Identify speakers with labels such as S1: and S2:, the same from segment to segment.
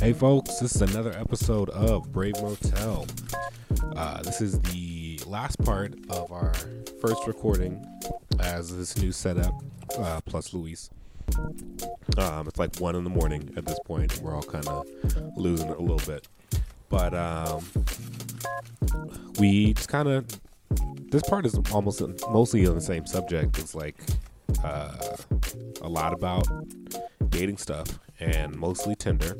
S1: Hey, folks, this is another episode of Brave Motel. Uh, this is the last part of our first recording as this new setup, uh, plus Luis. Um, it's like one in the morning at this point. We're all kind of losing it a little bit. But um, we just kind of, this part is almost mostly on the same subject. It's like uh, a lot about dating stuff and mostly Tinder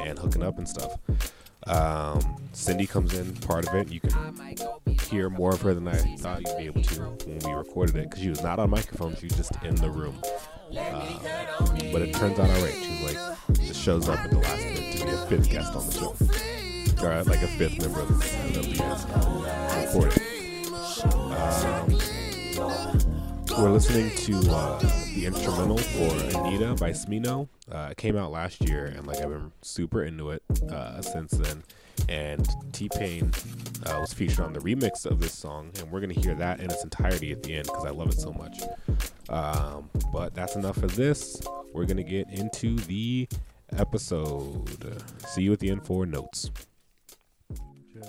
S1: and hooking up and stuff. Um, Cindy comes in part of it. You can hear more of her than I thought you'd be able to when we recorded it because she was not on microphone. She was just in the room. Uh, but it turns out all right. She like just shows up at the last minute to be a fifth guest on the show, or like a fifth member of the that we had recorded. Um, we're listening to uh, the instrumental for Anita by Smino. Uh, it came out last year, and like I've been super into it uh, since then. And T Pain uh, was featured on the remix of this song, and we're gonna hear that in its entirety at the end because I love it so much. Um, but that's enough for this. We're gonna get into the episode. See you at the end for notes.
S2: Yeah,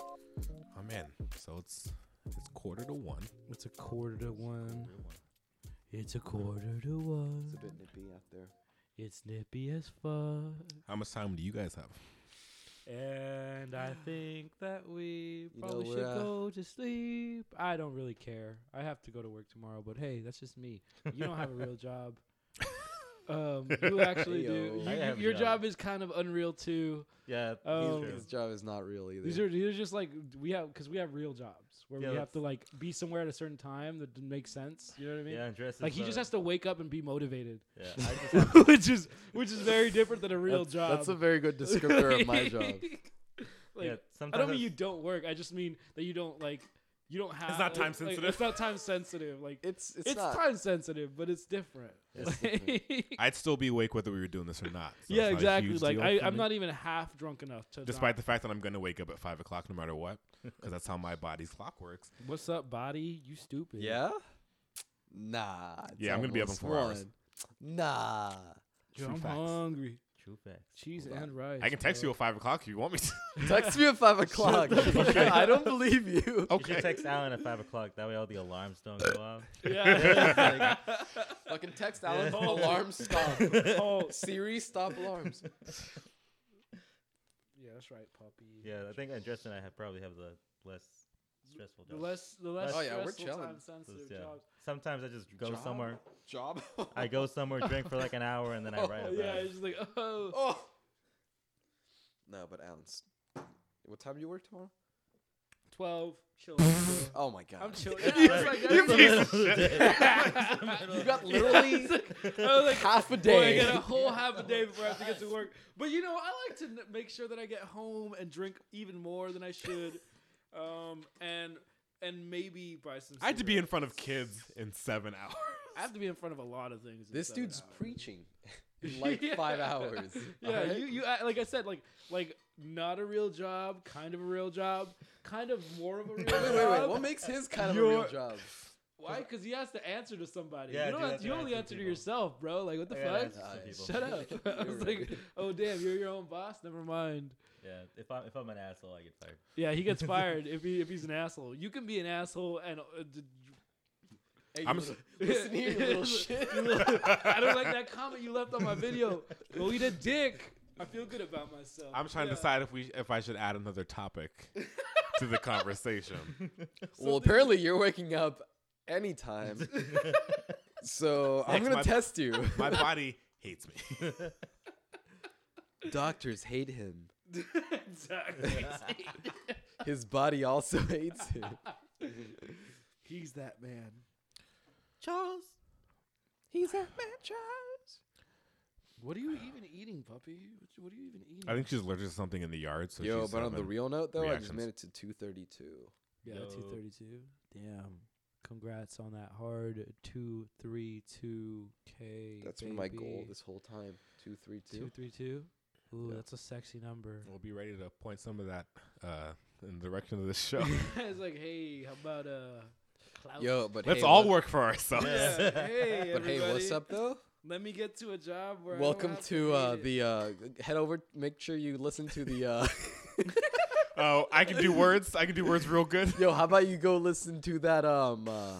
S1: Oh man, so it's it's quarter to one.
S2: it's a quarter to one. It's a quarter to
S3: It's a
S2: one.
S3: bit nippy out there.
S2: It's nippy as fuck.
S1: How much time do you guys have?
S2: And I think that we
S3: know,
S2: probably
S3: we're,
S2: should
S3: uh,
S2: go to sleep. I don't really care. I have to go to work tomorrow, but hey, that's just me. You don't have a real job. Um, you actually do.
S3: Ayo.
S2: You,
S4: I
S2: you-
S4: have a
S2: your
S4: job.
S2: job is kind of unreal too.
S4: Yeah,
S2: Oh.
S4: these
S3: His
S4: are-
S3: job is not real either.
S2: These are these are just like we have because we have real jobs where
S4: Yeah,
S2: we have
S4: that's-
S2: to like be somewhere at a certain time that d- makes sense. You know what I mean?
S4: yeah, Andres.
S2: Like
S4: is,
S2: he just
S4: uh,
S2: has to wake up and be motivated.
S4: Yeah, I just have
S2: which is which is very different than a real
S3: that's,
S2: job.
S3: That's a very good descriptor of my job.
S2: Like,
S4: yeah,
S2: I
S4: sometimes
S2: don't mean you don't work. I just mean that you don't like you don't have.
S1: not time
S2: like- like,
S1: sensitive.
S2: it's not time sensitive. Like it's,
S3: It's it's, not.
S2: time sensitive, but it's different.
S3: It's
S2: Like-
S1: I'd still be awake whether we were doing this or not. so
S2: yeah,
S1: it's not a
S2: exactly.
S1: huge
S2: Like
S1: deal
S2: I,
S1: for
S2: I'm
S1: me.
S2: not even half drunk enough to.
S1: Despite the fact that I'm going to wake up at five o'clock no matter what, because that's how my body's clock works.
S2: the what's up, body? You stupid.
S3: Yeah. Nah. it's
S1: Yeah, I'm gonna be up in
S3: almost
S1: four hours.
S3: one. Nah.
S2: Dude,
S1: True
S2: I'm
S1: facts.
S2: hungry.
S4: True facts.
S2: Cheese
S3: Hold on.
S2: and rice.
S1: I can text
S2: bro.
S1: you at five o'clock if you want me to.
S3: Text me at five o'clock.
S1: Okay.
S3: I don't believe
S1: Oh.
S3: you.
S4: You should
S1: okay.
S4: text Alan at five o'clock. That way, all the alarms don't go off.
S2: Yeah.
S3: Fucking text Alan.
S2: Yeah.
S3: Alarm stop.
S2: oh,
S3: Siri stop alarms.
S2: yeah, that's right, puppy.
S4: Yeah, I think Andres and I have probably have the less stressful
S2: The
S4: job.
S2: less, the less.
S3: Oh, yeah, we're
S2: stressful,
S3: chilling.
S2: time-sensitive
S4: yeah.
S2: jobs.
S4: Sometimes I just go
S3: Job?
S4: somewhere.
S3: Job.
S4: I go somewhere, drink for like an hour, and then I write
S2: Oh,
S4: about
S2: yeah,
S4: it.
S2: it's just like oh.
S3: Oh. No, but Alan's. What time do you work tomorrow?
S2: 12 chilling.
S3: Oh my god.
S2: I'm chilling.
S3: You-
S2: Yeah, I was like,
S3: you
S2: that's
S3: piece
S2: a-
S3: of You got literally
S2: I was like,
S3: half a
S2: boy, I
S3: day.
S2: got a whole half a day before I have to get to work. But you know, I like to n- make sure that I get home and drink even more than I should, um, and and maybe buy some.
S1: I had to be in
S2: cigarettes.
S1: front of kids in seven hours.
S2: I have to be in front of a lot of things. in
S3: This
S2: seven
S3: dude's
S2: hours.
S3: preaching in like
S2: Yeah.
S3: five hours.
S2: Yeah,
S3: Alright?
S2: you, you I- like I said, like like not a real job, kind of a real job, kind of more of a real
S3: Wait,
S2: job.
S3: wait, wait. What makes his kind of a real
S2: You're-
S3: job?
S2: Why? Because he has to answer to somebody. you
S4: Yeah, I
S2: don't
S4: do
S2: have-
S4: have to
S2: you only
S4: answer
S2: answer to
S4: people.
S2: yourself, bro. Like what the
S4: I gotta
S2: fuck?
S4: answer to
S3: Alright,
S4: people.
S2: Shut up. I was like, oh damn, you're your own boss. Never mind.
S4: Yeah, if I'm if I'm an asshole, I get fired.
S2: Yeah, he gets fired if he if he's an asshole. You can be an asshole and. Uh, d-
S3: Hey,
S1: I'm
S3: you
S1: s-
S3: little- listen here, you little shit.
S2: you little- I don't like that comment you left on my video. Go eat a dick. I feel good about myself.
S1: I'm trying
S2: Yeah.
S1: to decide if we if I should add another topic to the conversation.
S3: Well, apparently you're waking up anytime, so I'm
S1: Next,
S3: gonna
S1: my-
S3: test you.
S1: My body hates me.
S3: Doctors hate him.
S2: exactly.
S3: His body also hates him.
S2: He's that man.
S3: Charles, he's a man, Charles.
S2: What are you even eating, puppy? What you- What are you even eating?
S1: I think she's allergic to something in the yard. So
S3: Yo,
S1: she's
S3: but on the
S1: having-
S3: real note though, I just
S1: reactions.
S3: made it to 232.
S2: Yeah,
S4: Yo.
S2: two thirty two. Damn. Congrats on that hard two three two K.
S3: That's been my goal this whole time. Two three
S2: two
S3: two.
S2: three two. Ooh,
S3: Yeah.
S2: that's a sexy number.
S1: We'll be ready to point some of that uh, in the direction of this show.
S2: it's like, hey, how about uh Klaus?
S3: Yo, but
S1: Let's
S3: hey,
S1: all
S3: what-
S1: work for ourselves.
S2: Yeah, hey,
S3: But hey, what's
S2: everybody.
S3: up though?
S2: Let me get to a job where I don't
S3: Welcome
S2: have
S3: to uh,
S2: hate it.
S3: the uh, head over. Make sure you listen to the. Uh,
S1: Oh, I can do words. I can do words real good.
S3: yo, how about you go listen to that um uh,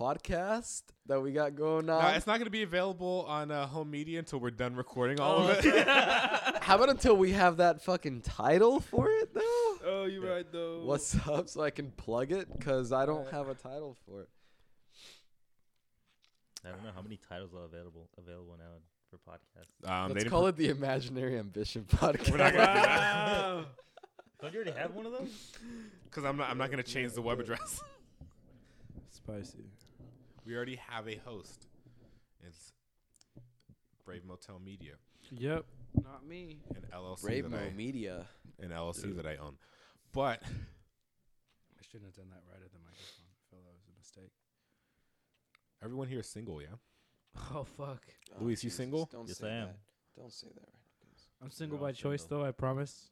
S3: podcast that we got going
S1: Uh,
S3: on?
S1: it's not going to be available on uh, home media until we're done recording
S2: Oh,
S1: all of it. Um,
S3: how about until we have that fucking title for it though?
S2: Oh, you're right though.
S3: What's up? So I can plug it because I don't have a title for it.
S4: I don't know how many titles are available available now for podcasts.
S5: Um, they
S3: Let's
S5: didn't
S3: call it the Imaginary Ambition Podcast.
S1: We're not gonna do that.
S2: Wow.
S4: Don't you already have one of those?
S1: because I'm not. I'm not going to change the web address.
S6: Spicy.
S1: We already have a host. It's Brave Motel Media,
S2: yep. Not me.
S1: an LLC
S3: Brave
S1: that
S3: Mo
S1: I-
S3: Media.
S1: an LLC that I own. But
S2: I shouldn't have done that right at the microphone. I feel that was a mistake.
S1: everyone here is single, yeah.
S2: Oh fuck.
S3: Oh,
S1: Luis, you single?
S3: Don't
S4: Yes,
S3: say
S4: I am.
S3: that. Don't say that. Right.
S2: I'm single
S4: all
S2: by choice
S4: single.
S2: though, I promise.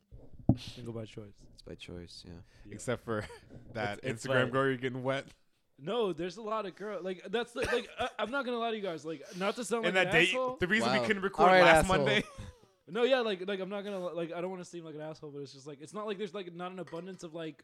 S2: single by choice.
S3: It's by choice. Yeah.
S2: Yeah.
S1: Except for that
S4: it's
S1: Instagram
S4: fine.
S1: girl you're getting wet,
S2: No, there's a lot of girls. Like that's the, like I, I'm not gonna lie to you guys. Like not to sound
S1: and
S2: like
S1: that
S2: an
S1: date.
S2: asshole.
S1: The reason
S3: Wow.
S1: we couldn't record
S3: All right,
S1: last
S3: asshole.
S1: Monday.
S2: No, yeah, like like I'm not gonna like I don't want to seem like an asshole, but it's just like it's not like there's like not an abundance of like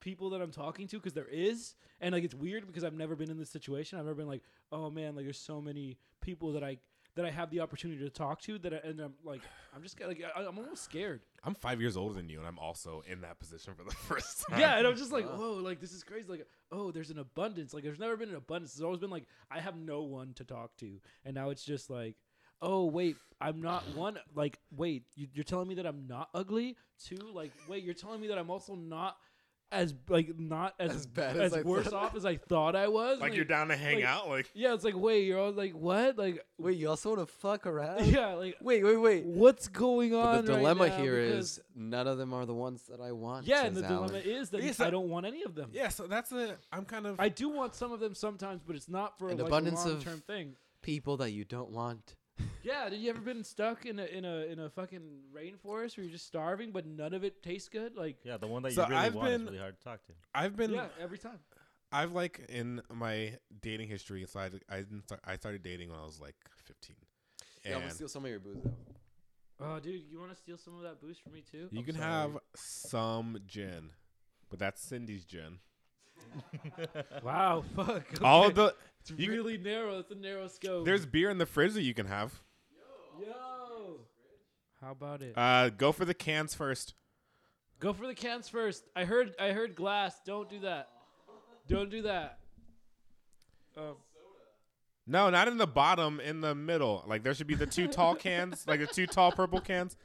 S2: people that I'm talking to because there is, and like it's weird because I've never been in this situation. I've never been like, oh man, like there's so many people that I that I have the opportunity to talk to that, I, and I'm like, I'm just like I, I'm almost scared.
S1: I'm five years older than you, and I'm also in that position for the first time.
S2: Yeah, and I'm just like,
S3: Wow.
S2: whoa, like this is crazy. Like, oh, there's an abundance. Like, there's never been an abundance. There's always been like, I have no one to talk to, and now it's just like, oh, wait, I'm not one. Like, wait, you, you're telling me that I'm not ugly too? Like, wait, you're telling me that I'm also not as like not as
S3: As bad
S2: as,
S3: as I
S2: worse
S3: thought.
S2: off as I thought I was.
S1: like you're down to hang
S2: like-
S1: out. Like
S2: Yeah, it's like, wait, you're all like, what? Like,
S3: Wait, you also want to fuck around?
S2: yeah, like,
S3: Wait, wait, wait.
S2: what's going on?
S3: But the
S2: right
S3: dilemma
S2: now?
S3: here
S2: Because-
S3: is none of them are the ones that I want.
S2: yeah,
S3: says
S2: and the
S3: Alan.
S2: dilemma is that
S1: Yes,
S2: I
S1: I-
S2: don't want any of them.
S1: yeah, so that's a. I'm kind of.
S2: I do want some of them sometimes, but it's not for
S3: An
S2: like,
S3: abundance
S2: a
S3: of-
S2: long term thing.
S3: people that you don't want.
S2: Yeah, did you ever been stuck in a in a in a fucking rainforest where you're just starving, but none of it tastes good? Like
S4: Yeah, the one that
S1: So
S4: you really
S1: I've
S4: want
S1: been-
S4: is really hard to talk to.
S1: I've been.
S2: yeah, every time.
S1: I've like in my dating history. So I I, didn't start, I started dating when I was like 15.
S3: Yeah, I'm gonna
S1: And-
S3: steal some of your booze though.
S2: Oh, dude, you want to steal some of that boost from me too?
S1: You
S2: I'm
S1: can
S2: sorry.
S1: have some gin, but that's Cindy's gin.
S2: Wow, fuck.
S1: All
S2: okay.
S1: of the
S2: it's
S1: you can-
S2: really narrow. It's a narrow scope.
S1: there's beer in the fridge that you can have.
S2: yo. How about it?
S1: Uh, go for the cans first.
S2: Go for the cans first. I heard I heard glass. Don't do that. Don't do that. Um,
S1: No, not in the bottom, in the middle. Like there should be the two tall cans, like the two tall purple cans.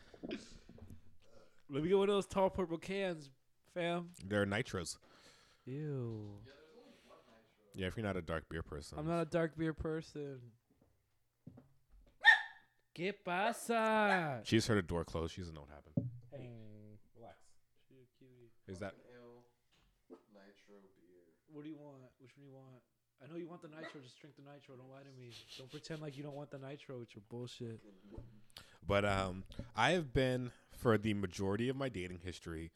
S2: let me get one of those tall purple cans, fam.
S1: They're nitros.
S2: Ew.
S1: Yeah, if you're not a dark beer person.
S2: I'm not a dark beer person. ¿Qué pasa?
S1: She just heard a door close. She doesn't know what happened.
S2: Relax.
S1: Is that
S2: What do you want? Which one do you want? I know you want the nitro. Just drink the nitro. Don't lie to me. Don't pretend like you don't want the nitro with your bullshit.
S1: But um, I have been for the majority of my dating history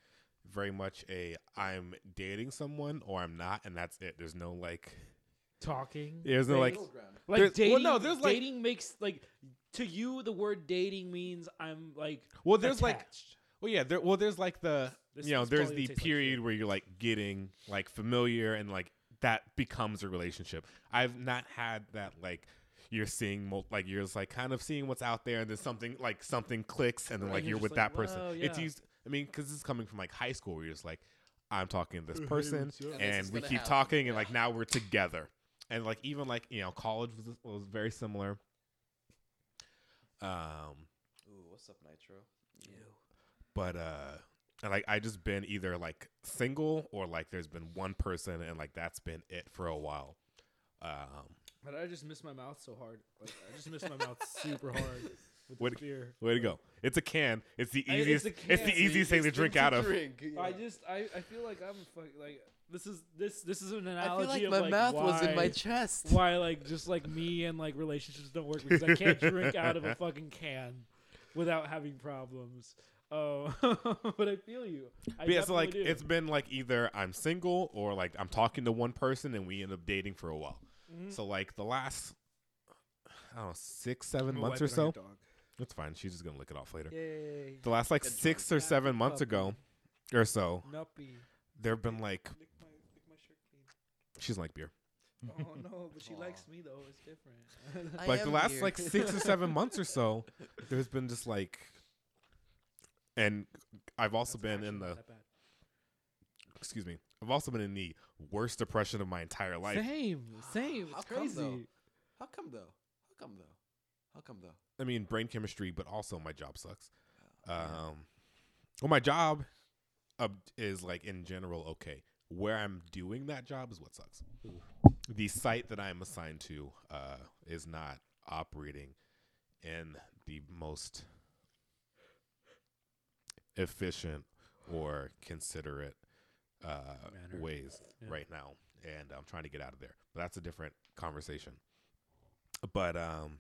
S1: very much a I'm dating someone or I'm not, and that's it. There's no like,
S2: Talking.
S1: there's no like.
S2: Like
S1: There's-
S2: dating.
S1: well, no, there's, like-
S2: dating makes like to you the word dating means I'm like
S1: Well, there's like
S2: attached.
S1: Well, yeah. There, well, there's like the
S2: This-
S1: you know
S2: this
S1: there's
S2: probably
S1: the
S2: tastes like
S1: period
S2: shit.
S1: where you're like getting like familiar and like that becomes a relationship. I've not had that like you're seeing mul- like you're just like kind of seeing what's out there and then something like something clicks and then
S2: Right,
S1: like you're,
S2: you're just
S1: with
S2: like,
S1: that person.
S2: "Whoa,
S1: It's
S2: yeah."
S1: used. I mean, because this is coming from like high school where you're just like I'm talking to this person and,
S3: And this is
S1: we
S3: gonna
S1: keep
S3: happen.
S1: talking and like now we're together and like even like you know college was, was very similar. Um,
S3: Ooh, what's up, Nitro?
S1: but uh and, like I just been either like single or like there's been one person and like that's been it for a while. Um
S2: But I just miss my mouth so hard. Like I just miss my mouth super hard with
S1: What-
S2: this beer.
S1: way to go. It's a can. It's the
S2: I- it's
S1: easiest
S2: a
S1: it's,
S2: can,
S1: the
S2: see,
S1: easiest thing to drink out of.
S2: I just I, I feel like I'm fuck, like this is this this is an
S3: I feel
S2: analogy
S3: like
S2: of
S3: my
S2: like
S3: mouth
S2: why,
S3: was in my chest.
S2: why like just like me and like relationships don't work because I can't drink out of a fucking can without having problems. Oh, but I feel you. I
S1: But yeah, so
S2: definitely
S1: like
S2: do.
S1: it's been like either I'm single or like
S2: Mm-hmm.
S1: I'm talking to one person and we end up dating for a while. So like the last I I don't know, six, seven
S6: I'm a wipe
S1: months or
S6: it on your
S1: so.
S6: dog.
S1: It's fine. She's just gonna lick it off later.
S2: Yay.
S1: The last like
S2: Good
S1: six
S2: job.
S1: or seven months
S2: Puppy.
S1: ago, or so,
S2: Nuppy.
S1: there have been like
S2: Lick my, lick my shirt clean.
S1: she's like beer.
S2: Oh no, but she
S3: Aw.
S2: likes me though. It's different.
S3: I
S1: like the
S3: am
S1: last
S3: here.
S1: like six or seven months or so, there's been just like, and I've also been in the excuse me, I've also been in the worst depression of my entire life.
S2: same, same.
S3: How
S2: It's
S3: come, though?
S2: crazy.
S3: How come though? How come though? How come though?
S1: I mean, brain chemistry, but also my job sucks.
S2: Oh,
S1: Um, well, my job uh, is like in general okay. Where I'm doing that job is what sucks. The site that I'm assigned to uh, is not operating in the most efficient or considerate uh,
S2: Manner.
S1: ways
S2: Yeah.
S1: right now, and I'm trying to get out of there. But that's a different conversation. But um,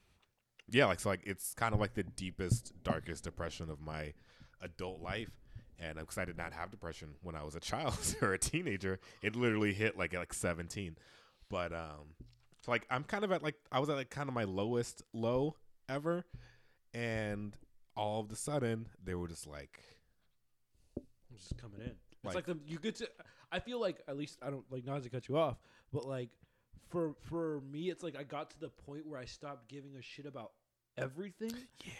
S1: yeah, like so, like it's kind of like the deepest, darkest depression of my adult life, and because I did not have depression when I was a child or a teenager, it literally hit like at like seventeen. But um, so like I'm kind of at like I was at like kind of my lowest low ever, and all of a sudden they were just like,
S2: I'm just coming in.
S1: Like-
S2: it's like the, you get to. I feel like at least I don't like not to cut you off, but like for for me, it's like I got to the point where I stopped giving a shit about everything,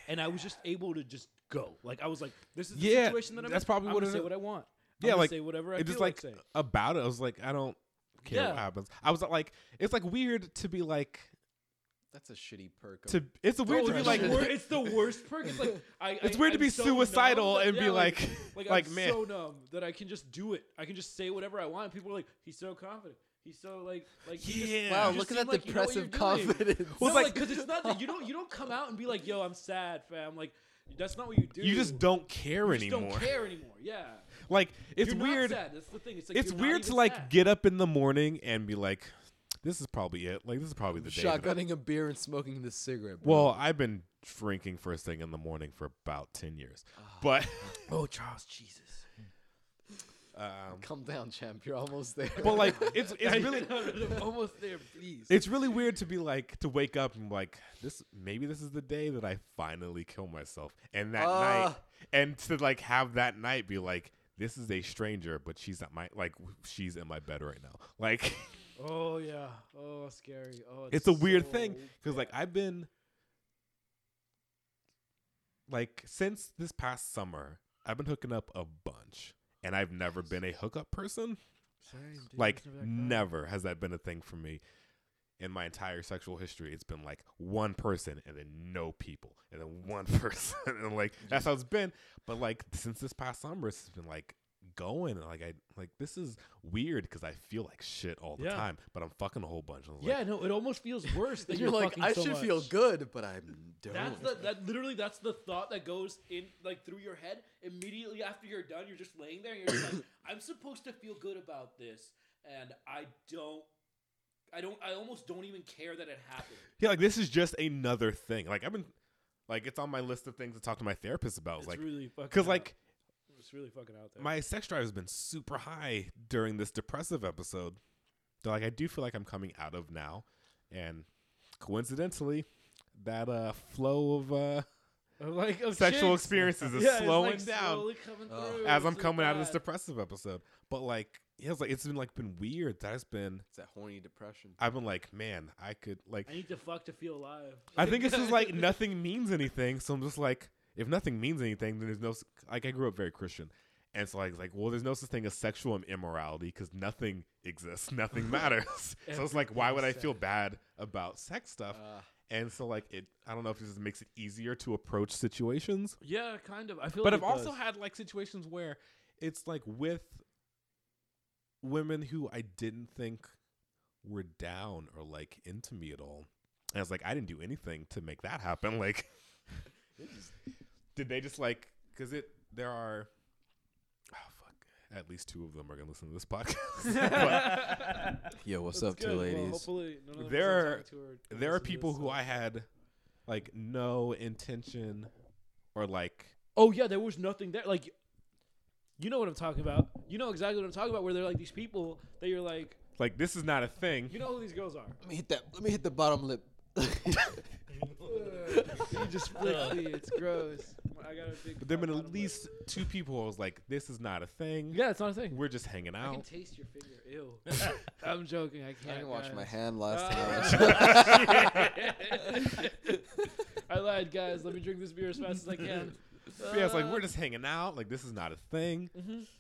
S2: and I was just able to just go. Like I was like, this is the
S1: Yeah,
S2: situation that I'm.
S1: that's
S2: in.
S1: probably
S2: I'm
S1: what
S2: gonna
S1: it
S2: say
S1: is.
S2: what I want. I'm
S1: Yeah,
S2: gonna
S1: like,
S2: say whatever
S1: it
S2: I feel
S1: just
S2: like,
S1: like,
S2: saying.
S1: about it. I was like, I don't care
S2: Yeah.
S1: what happens. I was like, it's like weird to be like
S3: That's a shitty perk. Of
S1: to. It's weird to be
S2: it's
S1: like.
S2: the wor- it's the worst perk. It's like I,
S1: It's
S2: I-
S1: weird to
S2: I'm
S1: be
S2: so
S1: suicidal
S2: numb that-
S1: and be
S2: yeah,
S1: like,
S2: like,
S1: like,
S2: I'm
S1: man,
S2: so numb that I can just do it. I can just say whatever I want. And people are like, he's so confident. He's so like, like, he just-
S1: Yeah.
S2: you
S3: wow,
S2: just
S3: look at
S2: seem
S3: that
S2: like you know what
S3: depressive
S2: you're doing.
S3: confidence.
S2: No,
S1: it's
S2: like,
S1: like-
S2: because it's not that you don't you don't come out and be like, yo, I'm sad, fam. Like, that's not what you do.
S1: you just don't care
S2: You just
S1: anymore.
S2: don't care anymore. Yeah,
S1: Like it's
S2: You're not
S1: weird.
S2: sad. That's the thing. It's like
S1: It's
S2: you're not
S1: weird to
S2: even
S1: like
S2: sad.
S1: get up in the morning and be like, this is probably it. Like this is probably the day. that I-
S3: shotgunning a beer and smoking this cigarette. bro.
S1: Well, I've been drinking first thing in the morning for about ten years, but
S2: Oh, Charles, Jesus.
S1: um,
S3: Come down, champ. You're almost there.
S1: but like it's it's really
S2: I'm almost there, please.
S1: it's really weird to be like to wake up and like this maybe this is the day that I finally kill myself and that night
S3: Ah.
S1: and to like have that night be like this is a stranger but she's at my like she's in my bed right now like
S2: Oh yeah. Oh, scary. Oh,
S1: it's a weird
S2: so
S1: thing because like I've been like since this past summer I've been hooking up a bunch and I've never been a hookup person
S2: Same, dude.
S1: like
S2: It's never that bad.
S1: never has that been a thing for me in my entire sexual history it's been like one person and then no people and then one person and like that's how it's been but like since this past summer it's been like going and like i like this is weird because i feel like shit all the
S2: Yeah.
S1: time but i'm fucking a whole bunch and I was
S2: Yeah,
S1: like,
S2: no, it almost feels worse that
S3: you're, like,
S2: fucking
S3: I
S2: so
S3: should feel
S2: much.
S3: good, but I'm don't.
S2: That's the, that literally that's the thought that goes in like through your head immediately after you're done. You're just laying there and you're just like, I'm supposed to feel good about this, and I don't. I don't. I almost don't even care that it happened.
S1: yeah like this is just another thing like i've been like it's on my list of things to talk to my therapist about
S2: It's
S1: like
S2: really fucking.
S1: because
S2: out-
S1: like
S2: it's really fucking out there.
S1: my sex drive has been super high during this depressive episode. So, like I do feel like I'm coming out of now, and coincidentally, that uh flow of uh
S2: like of
S1: sexual
S2: chicks.
S1: experiences is
S2: Yeah, it's, like,
S1: slowing down
S2: slowly coming
S3: Ugh.
S2: through.
S1: as
S2: It's
S1: I'm
S2: like
S1: coming out of this
S2: that.
S1: depressive episode. But like, yeah, it's like it's been like been weird. That's been
S3: It's that horny depression.
S1: I've been like, man, I could like
S2: I need to fuck to feel alive.
S1: I think it's just like nothing means anything. So I'm just like, if nothing means anything, then there's no s- like I grew up very Christian, and so like it's like well, there's no such thing as sexual immorality because nothing exists, nothing matters. so it's like, why would I feel bad about sex stuff?
S3: Uh,
S1: And so like it, I don't know if this makes it easier to approach situations,
S2: Yeah, kind of. I feel.
S1: but
S2: like
S1: I've
S2: it
S1: also
S2: does.
S1: had like situations where it's like with women who I didn't think were down or like into me at all. And I was like, I didn't do anything to make that happen. Like, did they just like? Because it there are, oh fuck, at least two of them are gonna listen to this podcast.
S3: Yo, what's
S2: That's
S3: up, two
S2: good. Well,
S3: ladies?
S2: hopefully none of the
S1: There
S2: person
S1: are-
S2: talking to her
S1: but there are
S2: listen to
S1: people
S2: this,
S1: who
S2: so-
S1: I had like no intention or like
S2: Oh yeah, there was nothing there. Like, you know what I'm talking about. You know exactly what I'm talking about. Where they're like these people that you're like,
S1: like this is not a thing.
S2: you know who these girls are.
S3: Let me hit that. Let me hit the bottom lip.
S2: lickly. It's gross. I got a big.
S1: But there have been at
S2: fuck out of
S1: least two people who was like, this is not a
S2: my-
S1: thing.
S2: Yeah, it's not a thing.
S1: We're just hanging
S2: I can
S1: out.
S2: taste your finger. Ew. I'm joking. I
S3: I
S2: can't.
S3: can wash my
S2: guys.
S3: hand last time.
S2: Ah. I lied, guys. Let me drink this beer as fast as I can.
S1: yeah, it's like,
S2: Uh, Mm-hmm.
S1: we're just hanging out. Like, this is not a thing.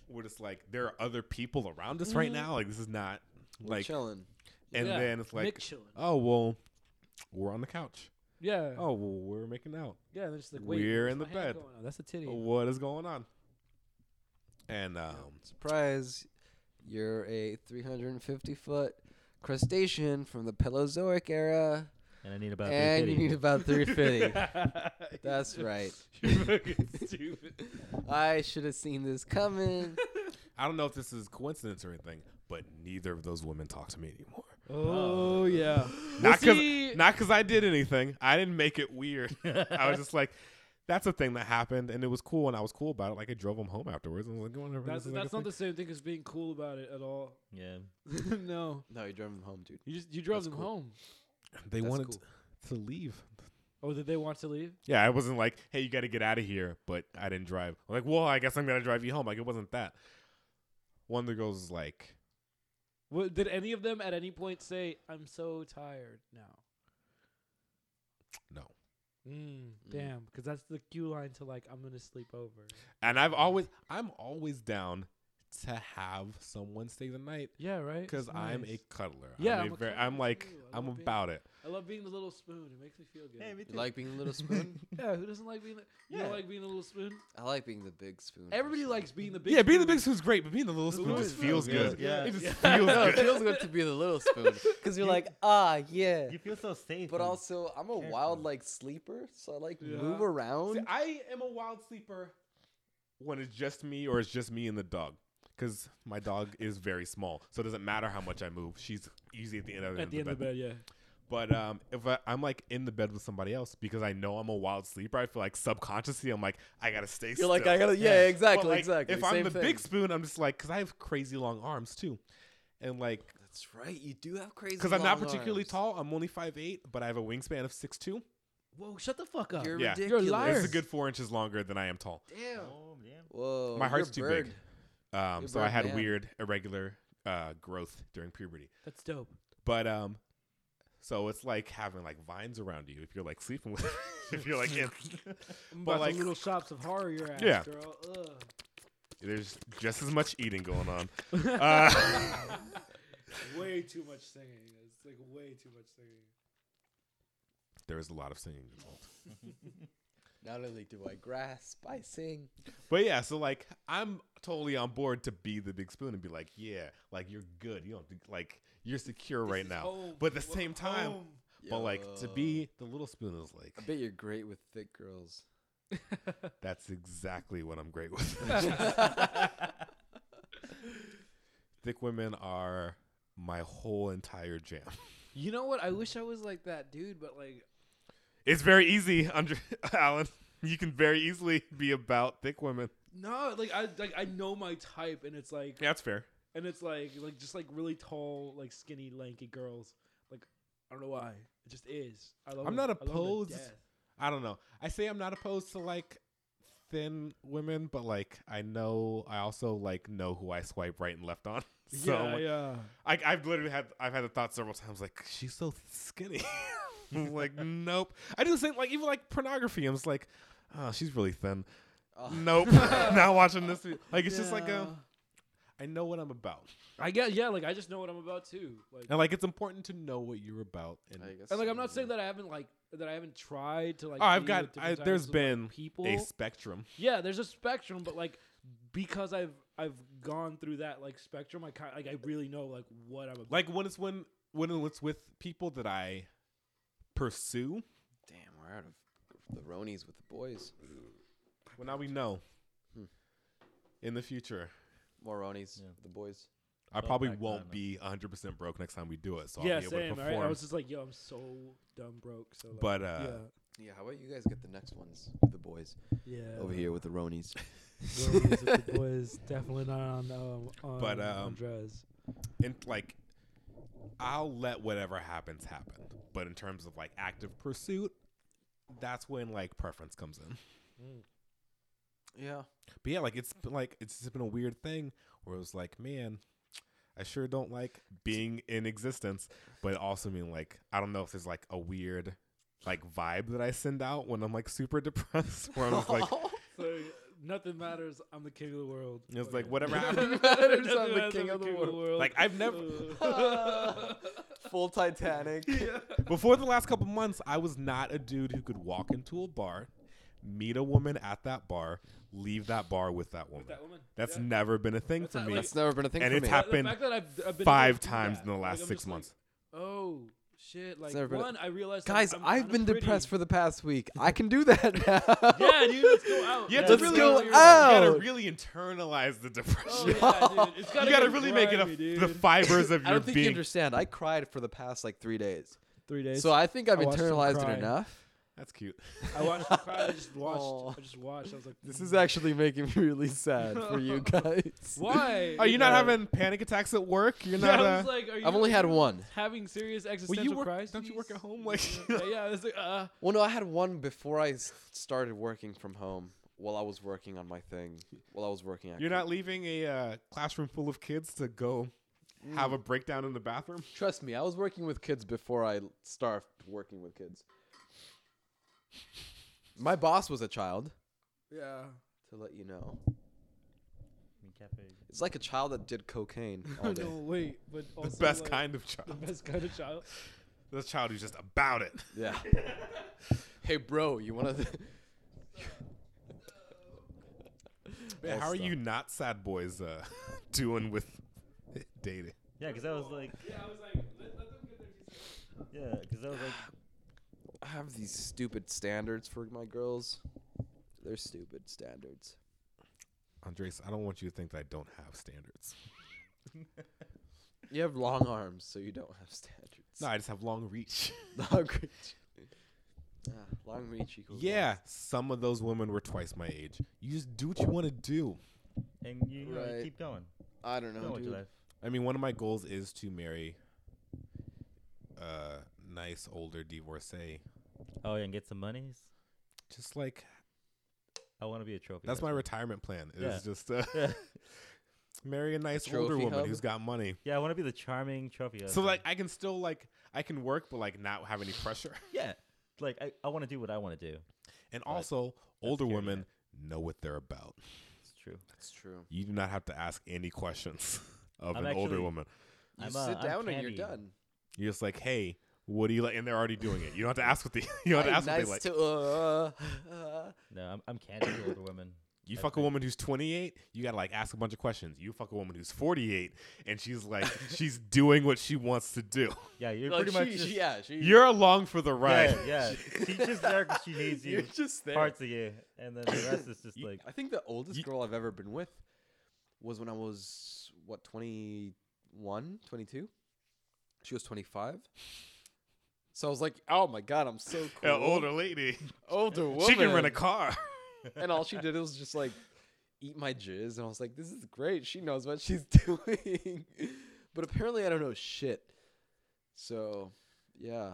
S1: We're just like, there are other people around us right now. Like, this is not like,
S3: chilling.
S1: and
S2: Yeah,
S1: then it's like,
S2: Nick chilling.
S1: oh, well, we're on the couch.
S2: Yeah.
S1: Oh, well, we're making out.
S2: Yeah, they're just like, wait,
S1: We're
S2: where's
S1: in
S2: my
S1: the
S2: hand
S1: bed.
S2: going on? That's a titty.
S1: What is going on? And, um,
S3: Surprise! You're a 350 foot crustacean from the Paleozoic era,
S4: And I need about
S3: and
S4: three
S3: you
S4: kitty.
S3: need about 350. That's right.
S2: You're fucking stupid.
S3: I should have seen this coming.
S1: I don't know if this is coincidence or anything, but neither of those women talk to me anymore.
S2: Oh yeah.
S1: not
S2: see-
S1: because not 'cause I did anything. I didn't make it weird. I was just like, that's a thing that happened, and it was cool, and I was cool about it. Like I drove them home afterwards, and I was like, whatever.
S2: That's
S1: this is like
S2: that's
S1: a
S2: not
S1: thing.
S2: the same thing as being cool about it at all.
S4: yeah.
S2: no,
S3: No, you drove him home, dude.
S2: you just you drove
S3: That's
S2: them
S3: cool.
S2: home.
S1: They
S3: That's
S1: wanted
S3: cool.
S1: to leave.
S2: Oh, did they want to leave?
S1: Yeah, I wasn't like, hey, you got to get out of here, but I didn't drive. I'm like, well, I guess I'm gonna drive you home. Like it wasn't that. One of the girls is like,
S2: What, did any of them at any point say, "I'm so tired now"?
S1: no.
S2: Mm,
S3: Mm.
S2: Damn, because that's the cue line to like, "I'm gonna sleep over."
S1: And I've always, I'm always down to have someone stay the night
S2: Yeah, right.
S1: because
S2: It's
S1: I'm
S2: nice.
S1: a cuddler.
S2: Yeah,
S1: I'm,
S2: I'm
S1: a
S2: a
S1: very,
S2: cuddler
S1: I'm like,
S2: too. I
S1: I'm
S2: love being-
S1: about it.
S2: I love being the little spoon. It makes me feel good.
S3: You like being a little spoon?
S2: yeah, who doesn't like being? The, You don't
S4: Yeah.
S2: like being the little spoon.
S3: I like being the big spoon.
S2: Everybody
S3: personally.
S2: likes being the big.
S1: yeah, being the
S2: spoon.
S1: big spoon's great, but being the little
S2: The
S1: spoon
S2: little
S1: just
S2: spoon.
S1: feels
S2: Yeah.
S1: good.
S4: Yeah.
S1: It just
S4: Yeah.
S1: feels
S3: No, it
S1: good.
S3: feels good to be the little spoon because you're like, ah, yeah.
S4: You feel so safe.
S3: But
S4: and-
S3: also, I'm a
S4: Careful.
S3: wild like sleeper, so I like move
S2: Yeah.
S3: around.
S1: See, I am a wild sleeper when it's just me or it's just me and the dog. Because my dog is very small, so it doesn't matter how much I move. She's easy at the end of the,
S2: At the end of the bed, yeah.
S1: But um, if I, I'm like in the bed with somebody else because I know I'm a wild sleeper, I feel like subconsciously I'm like I gotta stay.
S3: you're like, I gotta, yeah,
S4: Yeah.
S3: exactly, exactly.
S1: If I'm
S3: same
S1: the
S3: thing.
S1: big spoon, I'm just like because I have crazy long arms too, and like
S3: That's right. You do have crazy.
S1: because I'm not
S3: long
S1: particularly
S3: arms.
S1: tall, I'm only five eight, but I have a wingspan of six two.
S2: Whoa, shut the fuck up.
S3: You're
S1: Yeah. You're a
S3: ridiculous.
S2: liar.
S1: It's a good four inches longer than I am tall.
S3: Damn.
S4: Oh, yeah.
S3: Whoa.
S1: My
S3: you're
S1: heart's
S3: a
S1: too
S3: bird.
S1: big. Um,
S3: You're
S1: so I
S3: Birdman.
S1: had weird, irregular uh, growth during puberty.
S2: That's dope.
S1: But um, so it's like having like vines around you if you're like sleeping with, if you're like, in,
S2: I'm
S1: But,
S2: about
S1: like-
S2: the little shops of horror your ass,
S1: Yeah.
S2: girl. Ugh.
S1: there's just as much eating going on. Uh,
S2: Way too much singing. It's like way too much singing.
S1: there is a lot of singing involved.
S3: Not only do I grasp, I sing.
S1: But yeah, so like I'm totally on board to be the big spoon and be like, yeah, like you're good. You don't have to- like you're secure right now. But at the same time, but like to
S3: Yo.
S1: be the little spoon is like
S3: I bet you're great with thick girls.
S1: That's exactly what I'm great with. Thick women are my whole entire jam.
S2: You know what? I wish I was like that dude, but like
S1: It's very easy, under Alan. You can very easily be about thick women.
S2: no, like I like I know my type, and it's like
S1: Yeah, that's fair.
S2: and it's like like just like really tall, like skinny, lanky girls. Like I don't know why. It just is. I love.
S1: I'm
S2: them.
S1: not
S2: I love them to
S1: opposed.
S2: death.
S1: I don't know. I say I'm not opposed to like thin women, but like I know I also like know who I swipe right and left on. So
S2: yeah,
S1: I'm like-
S2: yeah.
S1: I, I've literally had I've had the thought several times like she's so skinny. I'm like nope. I do the same like even like pornography. I'm just like, oh, she's really thin.
S3: Oh.
S1: Nope, not watching this. video. Like it's just like a, I know what I'm about,
S2: I get yeah. Like I just know what I'm about too. Like
S1: and like it's important to know what you're about. And
S3: I guess
S2: And like,
S3: so,
S2: I'm not saying
S3: yeah.
S2: that I haven't like that I haven't tried to like.
S1: oh, I've
S2: be
S1: got
S2: with
S1: I,
S2: different
S1: there's
S2: types of, like,
S1: been
S2: people.
S1: a spectrum.
S2: yeah, there's a spectrum, but like because I've I've gone through that like spectrum, I kind like I really know like what I'm about.
S1: Like when it's when when it's with people that I pursue.
S3: Damn, we're out of the Ronies with the boys.
S1: Well, now we know.
S3: Hmm.
S1: In the future,
S3: More Ronies
S4: Yeah.
S3: with the boys.
S1: I
S4: Well,
S1: probably
S4: back
S1: won't
S4: then.
S1: be 100 percent broke next time we do it, so
S2: yeah,
S1: I'll be able
S2: same.
S1: to
S2: Right?
S1: perform.
S2: I was just like, yo, I'm so dumb broke. So like,
S1: but uh,
S3: Yeah, how about you guys get the next ones with the boys
S2: yeah, yeah.
S3: over here with the Ronies?
S2: Girlies with the boys definitely not on um, on
S1: But, um,
S2: Andres.
S1: and like I'll let whatever happens happen. But in terms of like active pursuit, that's when like preference comes in.
S3: Yeah.
S1: But yeah, like it's been like it's just been a weird thing where it was like, man, I sure don't like being in existence, but it also mean like I don't know if there's like a weird like vibe that I send out when I'm like super depressed, where I'm just like,
S2: So nothing matters. I'm the king of the world.
S1: it's like whatever happened.
S3: matters,
S2: Nothing
S3: I'm the
S2: matters,
S3: king of the world.
S1: Like I've never
S3: Full Titanic.
S1: before the last couple months, I was not a dude who could walk into a bar, meet a woman at that bar, leave that bar with that woman.
S2: that woman.
S1: That's
S2: Yeah.
S1: never been a thing
S2: That's
S1: for
S2: not
S1: me.
S2: like-
S3: That's never been a thing
S1: And
S3: for
S1: it's
S3: me.
S1: hap-
S2: The
S1: happened
S2: fact that I've, I've been
S1: Five
S2: able to do
S1: times in the
S2: that,
S1: last
S2: like, I'm
S1: six
S2: just like,
S1: months.
S2: oh shit! Like
S3: never been a-
S2: one, I realized. like,
S3: Guys,
S2: I'm
S3: i have
S2: kinda
S3: been
S2: pretty.
S3: depressed for the past week. I can do that now.
S2: Yeah, dude, let's go out.
S1: You have
S2: Yeah,
S1: to
S3: Let's
S2: dude.
S1: really,
S3: go
S1: you gotta
S3: out.
S1: really internalize the depression.
S2: Oh, yeah, dude. It's gotta
S1: you gotta
S2: get
S1: really make it
S2: grimy,
S1: up
S2: dude.
S1: the fibers of
S3: I
S1: your
S3: don't think you
S1: being.
S3: understand. I cried for the past like three days.
S2: Three days.
S3: So I think I've
S2: I watched them
S3: internalized
S2: cry.
S3: it enough.
S1: That's cute.
S2: I watched the crowd. I just watched.
S3: Aw.
S2: I just watched. I was like,
S3: This is actually making me really sad for you guys.
S2: why?
S1: Are you not
S2: Yeah.
S1: having panic attacks at work? You're
S2: Yeah,
S1: not.
S2: I
S1: Uh,
S2: was like, are you
S3: I've only had one.
S2: having serious
S1: well,
S2: existential
S1: you work.
S2: crises.
S1: Don't you work at home? Like,
S2: yeah, yeah. It's like, uh,
S3: Well, no, I had one before I s- started working from home while I was working on my thing. While I was working, at
S1: you're not leaving a uh, classroom full of kids to go
S2: Mm.
S1: have a breakdown in the bathroom.
S3: Trust me, I was working with kids before I l- started working with kids. My boss was a child,
S2: yeah.
S3: to let you know.
S4: Me cafe.
S3: It's like a child that did cocaine all day.
S2: no, wait, but also
S1: the best
S2: like,
S1: kind of
S2: The
S1: child.
S2: best kind of child.
S1: The child who's just about it.
S3: Yeah. hey, bro, you want to?
S1: Man, how are you not sad boys uh, doing with dating?
S4: Yeah, because I was like,
S2: Yeah, I was like, let, let them get their two seconds.
S4: yeah, because I was like,
S3: I have these stupid standards for my girls. They're stupid standards.
S1: Andres, I don't want you to think that I don't have standards.
S3: You have long arms, so you don't have standards.
S1: No, I just have long reach.
S3: long reach. Ah, long reach equals.
S1: yeah, some of those women were twice my age. You just do what you want to do.
S4: and you, you, know, you
S3: Right.
S4: keep going,
S3: long. I don't
S4: going
S3: know,
S4: with your
S3: dude.
S4: life.
S1: I mean, one of my goals is to marry a nice older divorcee.
S4: Oh, yeah, and get some monies.
S1: Just like
S4: I want to be a trophy.
S1: that's my
S4: husband.
S1: retirement plan. Is
S4: Yeah.
S1: just uh,
S4: Yeah.
S1: marry a nice older
S3: Trophy
S1: woman
S3: hub?
S1: who's got money.
S4: yeah, I want to be the charming trophy.
S1: So
S4: husband.
S1: like I can still like I can work, but like not have any pressure.
S4: yeah, like I, I want to do what I want to do.
S1: And also, older
S4: scary,
S1: women know what they're about.
S4: It's true.
S3: That's true.
S1: You do not have to ask any questions of
S4: I'm
S1: an older
S4: actually-
S1: woman.
S3: You
S4: I'm, uh,
S3: sit
S4: I'm
S3: down and you're
S4: candy.
S3: done.
S1: You're just like, hey, what do you like? And they're already doing it. You don't have to ask what they. You don't have to
S3: Hey,
S1: ask what
S3: nice
S1: they like.
S3: to. Uh, uh,
S4: No, I'm, I'm candy to older women.
S1: You
S4: I
S1: fuck a
S4: think.
S1: woman who's 28, you gotta like ask a bunch of questions. You fuck a woman who's 48, and she's like, she's doing what she wants to do.
S4: Yeah, you're
S3: like
S4: pretty much
S3: she-
S4: just,
S3: she- yeah, she,
S1: You're along for the ride.
S4: Yeah, yeah. she just there 'cause she needs you,
S3: you're just there.
S4: parts of you, and then the rest is just
S1: You-
S4: like
S3: I think the oldest
S1: You-
S3: girl I've ever been with was when I was what 21, 22. She was 25. So I was like, "Oh my god, I'm so cool."
S1: An older lady.
S3: older woman.
S1: She can rent a car.
S3: And all she did was just like eat my jizz and I was like, "This is great. She knows what she's doing." but apparently I don't know shit. So, yeah.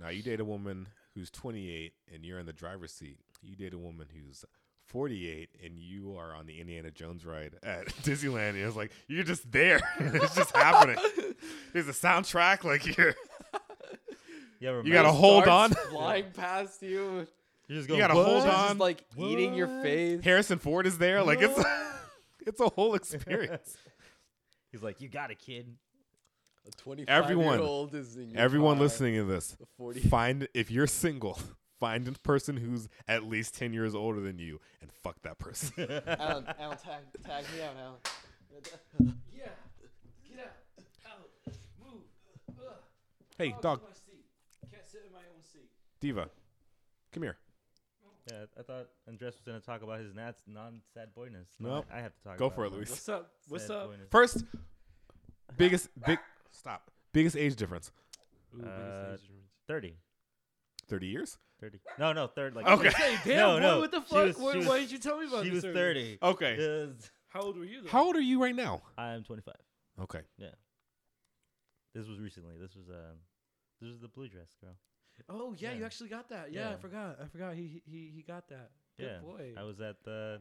S1: Now, you date a woman who's 28 and you're in the driver's seat. You date a woman who's 48 and you are on the Indiana Jones ride at Disneyland. And it's like, you're just there. it's just happening. There's a soundtrack. Like, you're,
S4: you ever
S1: you gotta
S4: met-
S1: hold on.
S3: Darts Flying past you.
S4: You're just
S1: You
S4: going,
S1: gotta
S4: "What?"
S1: hold
S3: She's
S1: on.
S3: Just like eating your face.
S1: Harrison Ford is there. Like, it's. It's a whole experience.
S4: He's like, you got a kid.
S3: A 25
S1: Everyone-
S3: year old is in your
S1: Everyone
S3: car.
S1: listening to this,
S3: A 40
S1: find if you're single, find a person who's at least ten years older than you, and fuck that person.
S3: Alan, Alan, tag, tag me out, Alan.
S2: Yeah, get out, out, move. Ugh.
S1: hey,
S2: Dog in
S1: dog,
S2: my seat. Can't sit in my own seat.
S1: diva, come here.
S4: Yeah, I thought Andres was gonna talk about his nats non-sad boyness.
S1: Nope.
S4: I, I have to talk.
S1: Go
S4: about
S1: for it,
S4: my
S1: Luis.
S2: What's up? What's
S4: sad
S2: up?
S4: boyness.
S1: First, biggest big stop. Biggest age difference,
S2: Ooh,
S4: Uh,
S2: biggest age difference.
S4: Thirty.
S1: thirty years.
S4: 30. No, no, third. Like
S1: Okay.
S2: Hey, damn,
S4: No,
S2: boy,
S4: no,
S2: what the
S4: she
S2: fuck?
S4: was-
S2: why,
S4: she was-
S2: why didn't you tell me about
S4: She
S2: this?
S4: was
S2: earlier?
S4: 30.
S1: Okay,
S4: Is-
S2: How old were you? Though?
S1: how old are you right now?
S4: I'm 25.
S1: Okay,
S4: This was recently. This was uh, this was the blue dress girl.
S2: Oh yeah, you
S4: Yeah.
S2: actually got that. Yeah, I
S4: Yeah.
S2: forgot. I forgot he he- he he got that. Good
S4: Yeah,
S2: boy.
S4: I was at the.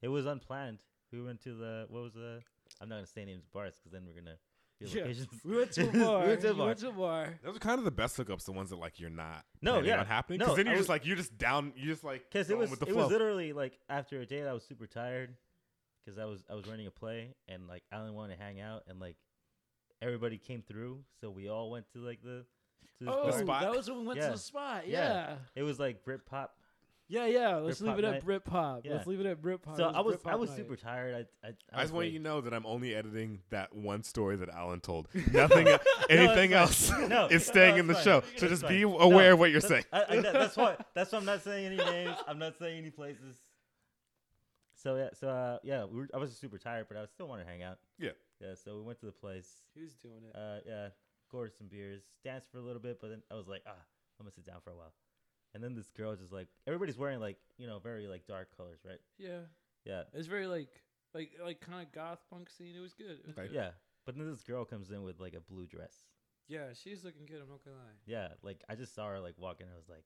S4: It was unplanned. We went to the. What was the? I'm not gonna say names bars because then we're gonna. Be
S2: Yeah.
S4: locations.
S2: we went to a
S4: We
S2: bar.
S4: went to a
S2: you
S4: bar.
S2: went to a bar.
S1: Those are kind of the best hookups, the ones that like you're not
S4: No,
S1: planning
S4: yeah.
S1: on happening.
S4: No,
S1: Because then
S4: I
S1: you're
S4: was-
S1: just like you're just down. You're just like
S4: Because it
S1: going
S4: was
S1: with the
S4: it
S1: flow.
S4: was literally like after a day that I was super tired because I was I was running a play and like Alan wanted to hang out and like everybody came through so we all went to like the to this
S2: Oh,
S4: bar.
S1: spot.
S2: that was when we went to
S4: Yeah.
S2: the spot. Yeah.
S4: Yeah. it was like Brit pop.
S2: Yeah, yeah. Let's
S4: Britpop
S2: leave it at
S4: night.
S2: Britpop.
S4: Yeah.
S2: Let's leave it at Britpop.
S4: So
S2: It
S4: I was I
S2: Britpop
S4: was
S2: night.
S4: super tired. I I,
S1: I just
S4: was
S1: want you to
S4: like-
S1: know that I'm only editing that one story that Alan told. Nothing, anything else
S4: No,
S1: is staying
S4: no,
S1: in the
S4: it's
S1: show.
S4: fine.
S1: So
S4: It's
S1: just be
S4: fine.
S1: aware
S4: No,
S1: of what you're
S4: that's-
S1: saying.
S4: I, I, that- that's why that's why I'm not saying any names. I'm not saying any places. So yeah, so uh, yeah, we were, I was super tired, but I still wanted to hang out.
S1: Yeah.
S4: Yeah. So we went to the place.
S2: Who's doing it?
S4: uh, yeah, gorged some beers, danced for a little bit, but then I was like, ah, I'm gonna sit down for a while. And then this girl just like, everybody's wearing like, you know, very like dark colors, right?
S2: Yeah.
S4: Yeah,
S2: It's very like like like kind of goth punk scene. It was good. It was
S1: Okay.
S2: good.
S4: yeah. But then this girl comes in with like a blue dress.
S2: Yeah, she's looking good. I'm not gonna lie.
S4: Yeah, like I just saw her like walk in. I was like,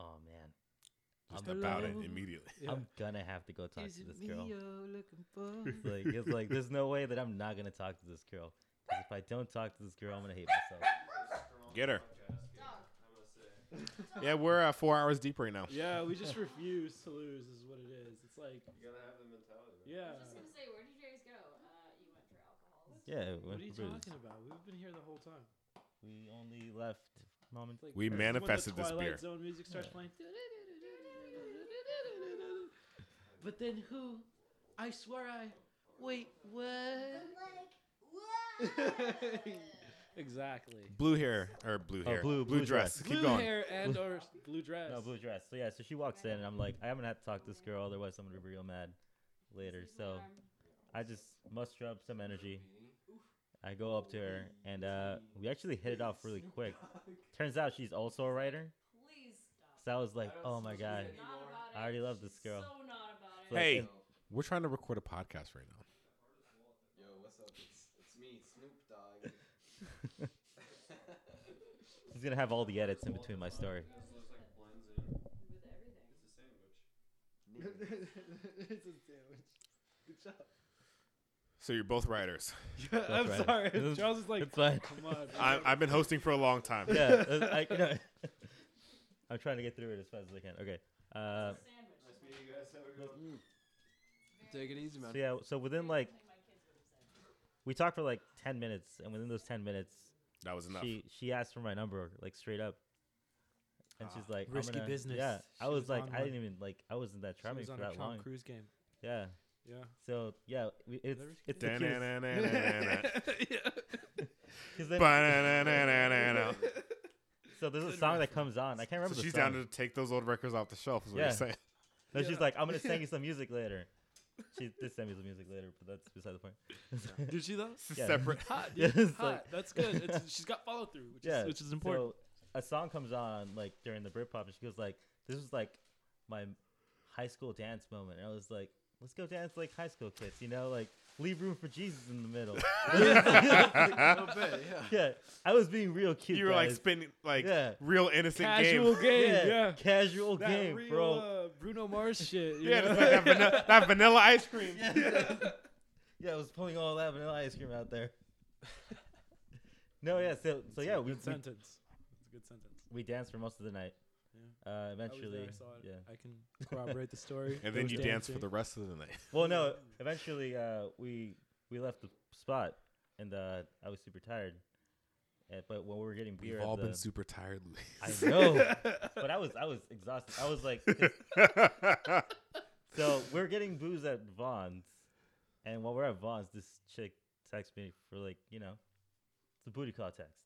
S4: oh man,
S1: Just
S4: I'm
S1: about it
S4: gonna-
S1: immediately.
S2: Yeah.
S4: I'm gonna have to go talk
S2: Is
S4: to
S2: it
S4: this
S2: me
S4: girl.
S2: you're looking for?
S4: Like it's like there's no way that I'm not gonna talk to this girl. 'Cause if I don't talk to this girl, I'm gonna hate myself.
S1: Get her. Yeah, we're uh, four hours deep right now.
S2: yeah, we just refuse to lose. Is what it is. It's like you gotta have
S7: I was just
S2: the
S7: gonna
S2: mentality.
S7: say, where did you guys go? Uh, you went for alcohol.
S2: Yeah.
S4: Yeah,
S2: What
S4: went
S2: are you
S4: for booze.
S2: talking about? We've been here the whole time.
S4: We only left mom and
S2: It's like-
S1: We
S2: it's when the
S1: manifested this
S2: Twilight
S1: beer.
S2: Zone music starts playing. But then who? I swear I. Wait, what? exactly.
S1: Blue hair or blue hair,
S4: Oh, blue- blue
S1: dress.
S2: blue
S1: Keep going.
S2: hair and or blue dress.
S4: No blue dress. So yeah, so she walks in, and I'm like, I'm gonna have to talk to this girl, otherwise I'm gonna be real mad later. So I just muster up some energy. I go up to her, and uh, we actually hit it off really quick. Turns out she's also a writer.
S7: Please stop.
S4: So I was like, oh my god.
S7: Not about it.
S4: I already love this girl.
S7: So not about it.
S4: Like,
S1: Hey.
S4: and-
S1: We're trying to record a podcast right now.
S3: Yo, what's up? It's, it's me, Snoop Dogg.
S4: She's gonna have all the edits in between my story.
S7: With everything.
S2: Good job.
S1: So you're both writers.
S2: Yeah, I'm
S4: right.
S2: sorry.
S4: It's-
S2: Charles is like,
S4: It's fine.
S2: come on.
S1: I, I've been hosting for a long time.
S4: Yeah, uh, I, you know, I'm trying to get through it as fast as I can. Okay. Uh,
S7: It's a sandwich.
S3: Take it easy, man.
S4: so yeah, so within like, we talked for like 10 minutes, and within those 10 minutes,
S1: That was enough.
S4: She she asked for my number like straight up, and she's like, I'm
S2: Ah, risky
S4: gonna-
S2: business.
S4: Yeah, I
S2: She
S4: was,
S2: was
S4: like,
S2: on
S4: I
S2: one.
S4: didn't even like I wasn't that charming
S2: was
S4: for
S2: on a
S4: that long.
S2: Tom Cruise game.
S4: Yeah,
S2: Yeah.
S4: so yeah, we, it's
S2: risky
S4: it's the cutest-
S1: Da-na-na-na-na-na.
S4: 'cause then-
S1: Ba-na-na-na-na-na.
S4: so there's a song that comes on. I can't remember.
S1: So
S4: the
S1: she's
S4: song.
S1: down to take those old records off the shelf. Is what
S4: Yeah.
S1: you're saying.
S4: No, she's like, I'm gonna sing you some music later. She did send me some music later, but that's beside the point.
S2: Did she though?
S1: It's
S4: Yeah.
S1: separate.
S2: Hot,
S4: Yeah,
S2: dude.
S4: it's
S2: hot.
S4: like-
S2: That's good. It's, she's got follow through, which
S4: yeah,
S2: is which is important.
S4: So a song comes on like during the Britpop, and she goes like, "This was like my high school dance moment." And I was like, "Let's go dance like high school kids," you know, like leave room for Jesus in the middle. yeah, I was being real cute.
S1: You were like
S4: guys.
S1: spinning, like
S4: Yeah.
S1: real innocent
S2: Casual
S1: game.
S2: game. Yeah.
S4: casual
S2: That
S4: game,
S2: real,
S4: bro.
S2: Uh, Bruno Mars shit. you
S1: Yeah,
S2: know?
S1: just like that, vanilla, that vanilla ice cream.
S4: Yeah, I was pulling all that vanilla ice cream out there. no, yeah, so so yeah, we,
S2: good
S4: we
S2: sentence. It's a good sentence.
S4: we danced for most of the night.
S2: I
S4: Uh,
S2: was there,
S4: eventually,
S2: I saw it.
S4: yeah.
S2: I can corroborate the story.
S1: And
S2: There
S1: then
S2: was
S1: you dance for
S2: dancing.
S1: the rest of the night.
S4: Well, no. Eventually, uh, we we left the spot, and uh, I was super tired. Uh, but when we were getting beer,
S1: We've
S4: at
S1: all been
S4: the-
S1: super tired, Louis.
S4: I know, but I was I was exhausted. I was like, 'cause- so we're getting booze at Vaughn's, and while we're at Vaughn's, this chick texts me for like you know, it's a booty call text.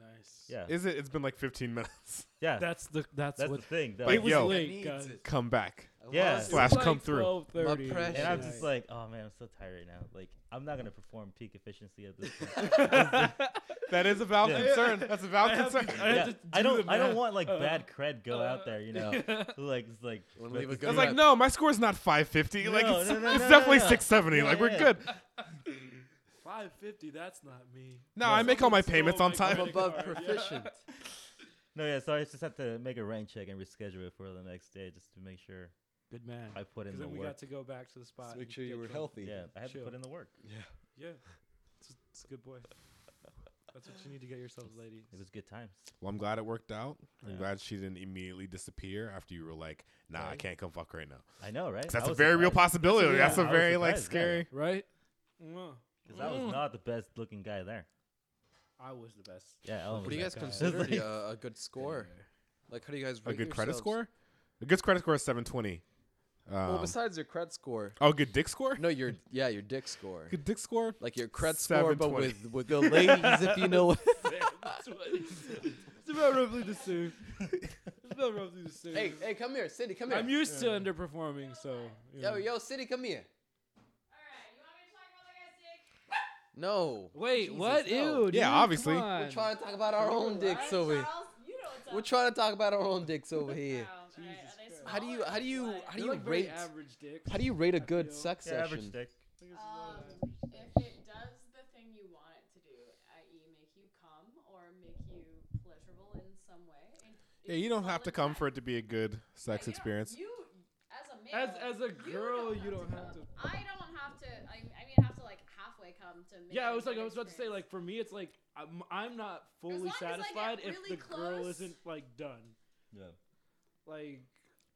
S2: Nice.
S4: Yeah,
S1: Is it? It's been like 15 minutes.
S4: yeah,
S2: That's the that's,
S4: that's
S2: what
S4: the thing. That,
S1: Like,
S2: it was
S1: yo.
S2: late, guys.
S1: Come back.
S2: It
S4: Yeah.
S2: was
S1: Flash
S2: like
S1: come through.
S2: 12:30.
S3: My precious.
S4: and I'm
S3: shit.
S4: just like, oh man, I'm so tired right now. Like, I'm not gonna perform peak efficiency at this point.
S1: That is a valid
S4: Yeah.
S1: concern. That's a valid
S2: I have
S1: concern.
S2: to- I have
S4: Yeah,
S2: to do
S4: I don't.
S2: the
S4: I don't
S2: math.
S4: want like
S2: Uh,
S4: bad cred go out there. You know, like it's like.
S3: Wanna
S4: but
S3: leave a
S4: this-
S1: I was
S3: good
S1: like, no, my score's not 550. like,
S4: No,
S1: it's,
S4: no, no,
S1: it's
S4: no,
S1: definitely
S4: no, no.
S1: 670.
S4: Yeah,
S1: like, we're
S4: yeah.
S1: good.
S2: 550. That's not me.
S1: No, I make all my payments on
S2: Someone
S1: time.
S2: stole
S3: I'm
S2: my
S3: above
S2: credit card, yeah.
S3: proficient.
S4: No, yeah. So I just have to make a rank check and reschedule it for the next day just to make sure
S2: Good man.
S4: I put in
S2: Because
S4: the
S2: then we
S4: work.
S2: got to go back to the spot.
S3: Just
S2: and
S3: make sure
S2: get
S3: you were
S2: drunk.
S3: healthy.
S4: yeah, I have to
S2: Chill.
S4: put in the work.
S3: Yeah.
S2: Yeah, it's, it's a good boy. That's what you need to get yourselves, ladies.
S4: It was good times.
S1: Well, I'm glad it worked out. I'm
S4: Yeah.
S1: glad she didn't immediately disappear after you were like, "Nah, I
S4: Right.
S1: can't come fuck right now."
S4: I know, right?
S1: 'Cause
S4: I
S1: that's a
S4: was
S1: very real
S4: surprised,
S1: possibility.
S2: Yeah,
S1: That's a
S4: I was
S1: very like
S4: surprised, yeah.
S1: scary.
S2: right? Mm.
S4: 'cause I was not the best looking guy there.
S2: I was the best.
S4: Yeah. Ellen
S3: What
S4: was
S3: do you guys
S4: that guy.
S3: consider
S4: Like,
S3: uh, a good score? Like, how do you guys
S1: A
S3: rate
S1: good credit
S3: yourselves?
S1: score. A good credit score is 720.
S3: Well,
S1: Um,
S3: besides your credit score,
S1: oh, good dick score.
S3: no, your yeah, your dick score,
S1: Good dick score.
S3: like your credit score, but
S1: 720.
S3: with with the ladies, if you know. what-
S2: it's about roughly the same. It's about roughly the same.
S3: hey, hey, come here, Cindy, come here.
S2: I'm used to underperforming, so you
S3: yo,
S2: know.
S3: yo, Cindy, come here.
S7: Alright, you want me
S3: No,
S7: to talk about that guy's dick?
S2: Wait,
S3: Jesus,
S2: what?
S3: no.
S2: Ew.
S1: Yeah,
S2: dude,
S1: obviously.
S2: come on.
S3: we're trying to talk about our own dicks over here.
S7: Charles, you know what's up.
S3: We're trying to talk about our own dicks over
S7: Wow.
S3: here.
S7: Alright,
S2: Jesus
S7: are they
S2: Christ.
S3: How do you,
S7: smaller?
S3: how do you,
S7: What?
S3: how do
S2: They're
S3: you
S2: like very
S3: rate?
S2: average dicks.
S3: How do you rate a good
S2: feel.
S3: sex
S4: yeah, average
S3: session?
S4: dick.
S7: Um, if it does the thing you want it to do, i.e., make you come or make you pleasurable in some way. and
S1: Yeah,
S7: if
S1: you don't
S7: it's
S1: have to
S7: all in
S1: come
S7: that-
S1: for it to be a good
S7: Yeah,
S1: sex
S7: you don't-
S1: experience.
S7: You, as a male,
S2: As- as a girl, you don't have to-
S7: come. I don't have to. I, I mean, have to like halfway come to. Make
S2: Yeah,
S7: it
S2: I was
S7: a
S2: like,
S7: good
S2: I was about to say,
S7: experience.
S2: like for me, it's like I'm, I'm not
S7: long
S2: fully
S7: as I get
S2: satisfied if
S7: really
S2: the girl
S7: close.
S2: isn't like done.
S4: Yeah.
S2: Like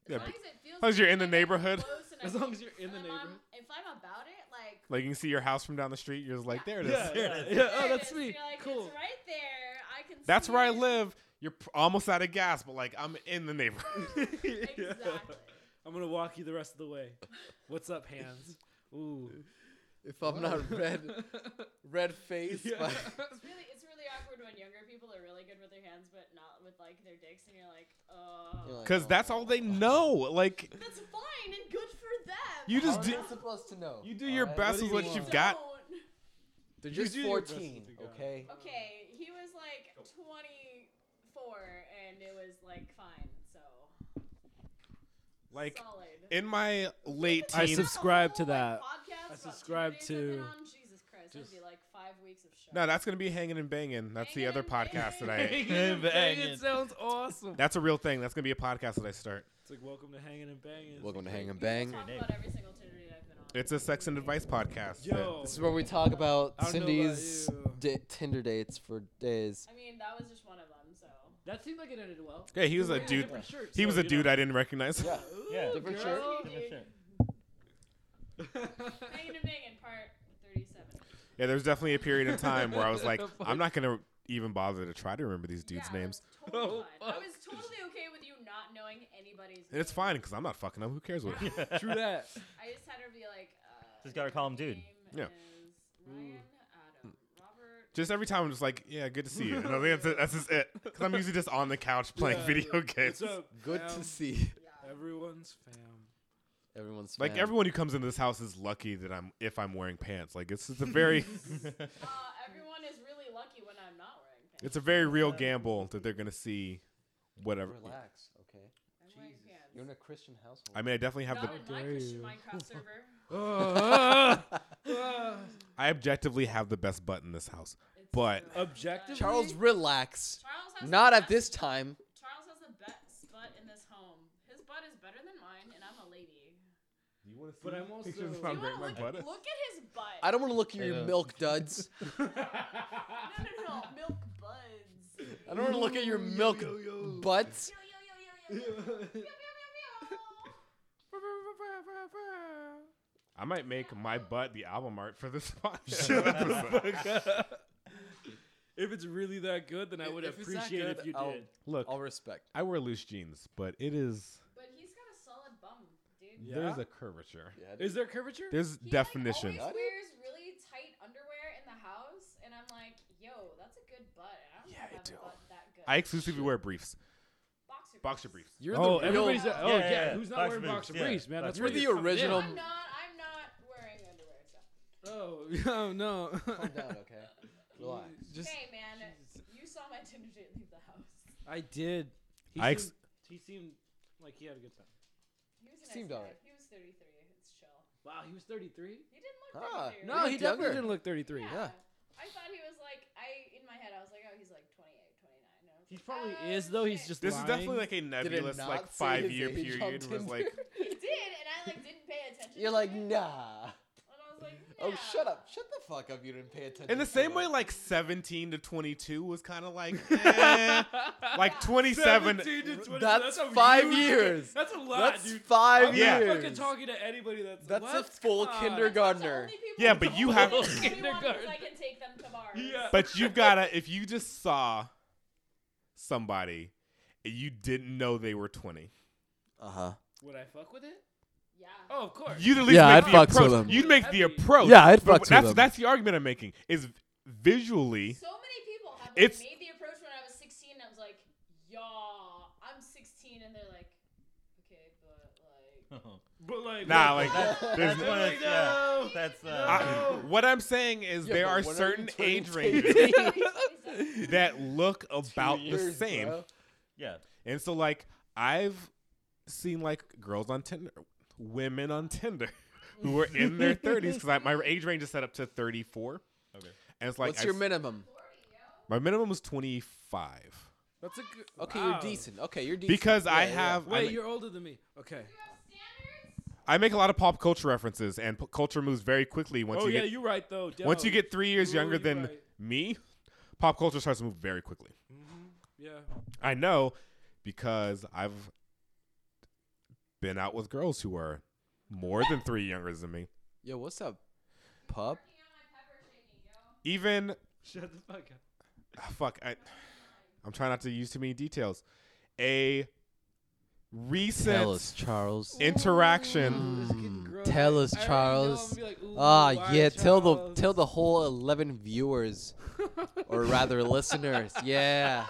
S1: Yeah,
S7: as long
S1: but-
S7: as, it feels
S1: as long as you're
S7: good
S1: in the
S7: and I'm
S1: neighborhood.
S7: close and
S2: As
S7: I
S2: long
S7: can-
S2: as you're in
S7: and
S2: the
S7: if I'm-
S2: neighborhood.
S7: If I'm about it, like.
S1: Like you can see your house from down the street. You're just like, there it is.
S2: yeah,
S1: there
S2: yeah,
S1: it is.
S2: yeah,
S7: there
S2: oh
S7: it
S2: that's
S7: is,
S2: me.
S7: you're like,
S2: cool.
S7: It's right there. I can.
S1: That's
S7: see
S1: where I
S7: it."
S1: live. You're p- almost out of gas, but like I'm in the neighborhood.
S7: Exactly.
S2: I'm gonna walk you the rest of the way. What's up, hands? Ooh.
S3: If I'm not red, red face.
S2: Yeah.
S3: by-
S7: It's really, it's really awkward when younger people are really good with their hands, but not with like their dicks, and you're like,
S3: You're
S7: oh.
S3: like,
S1: Cause that's all they know. Like
S7: That's fine and good for them.
S1: You
S7: I
S1: just
S3: How
S1: do-
S3: am I supposed to know?
S1: you do your
S3: Alright,
S1: best with
S3: what do
S1: what
S3: you
S1: you've
S3: want?
S1: got.
S7: don't.
S3: They're just
S2: do your best with
S3: 14,
S2: what you got.
S3: okay?
S7: Okay, he was like 24, and it was like fine. So
S1: Like
S7: solid.
S1: in my late
S2: I
S1: teens.
S2: subs- subscribe to
S7: Whole,
S2: that.
S7: like, podcast about
S2: subscribe
S7: two days I've been
S2: to-
S7: on, Jesus Christ, that'd
S2: just-
S7: be like five weeks of show.
S1: no, that's gonna be hanging and banging. That's the
S7: Hangin'
S1: other
S7: and
S1: podcast that I.
S2: Hanging and banging
S4: Banging.
S2: sounds awesome.
S1: That's a real thing. That's gonna be a podcast that I start.
S2: It's like welcome to hanging and banging.
S3: Welcome to
S2: Like,
S3: Hang and
S7: We
S3: Bang.
S7: don't Talk
S4: Name.
S7: about every single Tinder date I've been on.
S1: It's a sex and advice podcast. that-
S2: Yo,
S3: This is where we talk about
S2: I don't know about
S3: Cindy's
S2: you.
S3: da- Tinder dates for days.
S7: I mean, that was just one of them. So
S2: that seemed like it ended well.
S1: Yeah, he was a
S2: Wearing
S1: dude.
S2: different shirts,
S1: He
S2: so,
S1: was a
S2: you
S1: dude
S2: know.
S1: I didn't recognize.
S3: Yeah.
S4: Yeah.
S2: Ooh,
S3: Different
S2: girl.
S7: shirt.
S4: Different shirt.
S7: hanging and banging part 37.
S1: Yeah, there was definitely a period in time where I was like,
S2: Fuck.
S1: I'm not gonna even bother to try to remember these dudes'
S7: Yeah,
S1: names.
S7: that's Totally
S2: Oh,
S7: fine. I
S2: fuck.
S7: was totally okay with you not knowing anybody's.
S1: And it's
S7: name.
S1: fine because I'm not fucking up. Who cares what?
S2: True that.
S7: I just had her be like. Uh,
S4: Just gotta call him dude.
S7: name
S1: Yeah.
S7: is Ryan, Adam, Robert.
S1: Just every time I'm just like, yeah, good to see you. And I think that's it. That's just it. Because I'm usually just on the couch playing
S2: Yeah.
S1: video games.
S2: What's up?
S3: Good
S2: fam?
S1: Um,
S3: to see
S7: Yeah.
S2: Everyone's fam.
S3: everyone's
S1: Like
S3: fan.
S1: everyone who comes into this house is lucky that I'm if I'm wearing pants. Like it's, it's a very
S7: Uh, everyone is really lucky when I'm not wearing pants.
S1: it's a very real gamble that they're gonna see whatever.
S3: Relax, okay?
S7: I'm wearing pants.
S3: You're in a Christian household.
S1: I mean, I definitely have the
S7: not in my
S2: dare
S7: Christian
S2: you.
S7: Minecraft server.
S1: I objectively have the best butt in this house.
S7: It's
S1: But-
S7: true.
S2: Objectively,
S3: Charles, relax.
S7: Charles has the
S3: Not at
S7: best-
S3: this time.
S7: Charles has the best butt in this home. His butt is better than mine, and I'm a lady.
S1: You want to
S2: But I'm also.
S7: Do
S1: How
S7: you
S1: great
S7: wanna
S1: my
S7: look,
S1: butt is?
S7: look at his butt?
S3: I don't want to look at
S4: I
S3: your
S4: know.
S3: milk duds.
S7: No, no, no, milk buds.
S3: I don't want to look at your milk butts.
S7: Yo, yo, yo, yo, yo, yo. Meow, meow, meow, meow.
S1: I might make my butt the album art for this podcast.
S2: if it's really that good, then I
S3: If-
S2: would
S3: if it's that
S2: appreciate
S3: good,
S2: if you did.
S3: I'll-
S1: look,
S3: All respect.
S1: I wear loose jeans, but it is
S7: But he's got a solid bum, dude.
S2: Yeah.
S1: there's a curvature.
S3: Yeah,
S2: Is there curvature?
S1: There's
S7: He,
S1: definition.
S7: Like, always wears really tight underwear in the house, and I'm like, yo, that's a good butt. And I don't
S1: Yeah, I
S7: have a
S1: do.
S7: butt that good.
S1: I exclusively wear briefs,
S7: boxer
S1: boxer briefs.
S3: You're
S2: oh,
S3: the real,
S2: everybody's. oh,
S4: Yeah,
S2: yeah.
S4: yeah, yeah.
S2: Who's not
S4: Boxer
S2: wearing
S4: briefs,
S2: boxer
S4: yeah.
S2: briefs, man? That's
S4: Boxer
S2: where
S3: you're the
S2: you're coming in.
S3: original.
S7: I'm not. I'm not wearing underwear stuff.
S2: Oh, oh no.
S3: Calm down, okay? Relax.
S2: Just
S7: hey, man, you saw my Tinder date leave the house.
S2: I did. He
S1: I ex-
S2: seemed, he seemed like he had a good time.
S7: He was a nice
S3: Seemed
S7: guy.
S3: alright.
S7: He was 33. It's chill.
S2: Wow, he was 33.
S7: He didn't look
S3: Ah,
S7: 33.
S2: No, he definitely
S3: looked younger.
S7: Eh.
S2: didn't look 33.
S7: Yeah. I thought he was like I in my head I was like, oh, he's like 28, 29. And I was
S2: He probably is though. He's just
S1: This
S2: lying.
S1: is definitely like a
S3: Did it
S1: nebulous
S3: not
S1: like
S3: say
S1: five
S3: his
S1: year
S3: age on
S1: period where it's like
S3: Tinder?
S7: He did, and I like didn't pay attention.
S3: You're
S7: to
S3: like,
S7: it.
S3: nah.
S7: And I was like,
S3: Oh,
S7: nah.
S3: shut up. Shut the fuck up. You didn't pay attention.
S1: in the
S3: to
S1: same
S3: it.
S1: way like seventeen to twenty two was kinda like eh. like twenty seven
S2: 17 to 20
S3: That's
S2: a
S3: five
S2: huge-
S3: years.
S2: That's a lot,
S3: That's
S2: dude.
S3: five
S2: I'm
S1: Yeah.
S2: not
S3: years.
S2: fucking talking to anybody that's
S3: That's a
S2: what?
S3: full
S2: Come on.
S3: kindergartner.
S1: Yeah, but you have-
S2: Kindergarten.
S7: kindergarten. I can take them to bars.
S2: Yeah.
S1: But you gotta if you just saw somebody and you didn't know they were twenty.
S3: Uh huh.
S2: Would I fuck with it?
S7: Yeah.
S2: Oh, of course.
S1: You'd at least
S3: Yeah,
S1: make
S3: I'd
S1: the
S3: fuck
S1: approach.
S3: with 'em.
S1: You'd make the
S2: That'd be-
S1: approach.
S3: Yeah, I'd
S1: But
S3: fuck with
S1: that's
S3: 'em.
S1: that's the argument I'm making is visually
S7: So many people have
S1: It's-
S7: like, made the approach when I was 16. I was like, y'all, I'm 16, and they're like, okay, but like,
S2: But like,
S1: nah
S2: what-
S1: like there's
S2: They're
S4: one
S2: like,
S4: of those- yeah.
S2: no.
S4: That's uh,
S1: I,
S2: No.
S1: what I'm saying is
S3: Yeah,
S1: there
S3: but
S1: are
S3: when are you
S1: certain
S3: turning
S1: age
S3: 18?
S1: ranges
S7: "27."
S1: that look about
S3: Years,
S1: the same.
S3: bro.
S4: yeah.
S1: And so like I've seen like girls on Tinder, women on Tinder who are in their 30s because my age range is set up to 34.
S4: Okay.
S1: And it's like
S3: What's
S1: I've
S3: your
S1: s-
S3: minimum?
S1: my minimum was 25
S2: That's a good.
S3: Okay,
S2: Wow.
S3: you're decent. Okay, you're decent.
S1: because I
S3: Yeah, yeah.
S1: have I
S2: Wait,
S1: ma-
S2: you're older than me. Okay.
S1: I make a lot of pop culture references and p- culture moves very quickly once
S2: oh
S1: you
S2: yeah,
S1: get
S2: you're right though. Dell.
S1: once you get 3 years
S2: Ooh,
S1: younger
S2: you're
S1: than
S2: right.
S1: me, pop culture starts to move very quickly.
S2: Mm-hmm. Yeah.
S1: I know because I've been out with girls who are more than 3 younger than me.
S3: Yo, what's up, pup?
S1: Even
S2: Shut the fuck up.
S1: ah, fuck I I'm trying not to use too many details. A recent
S3: Charles.
S1: interaction.
S2: This is getting gross.
S3: Tell
S2: I-
S3: us,
S2: I already know
S3: Charles.
S2: I'm gonna be like, ooh,
S3: Ah,
S2: why
S3: yeah. Tell the
S2: Charles?
S3: tell the whole eleven viewers, or rather listeners. Yeah.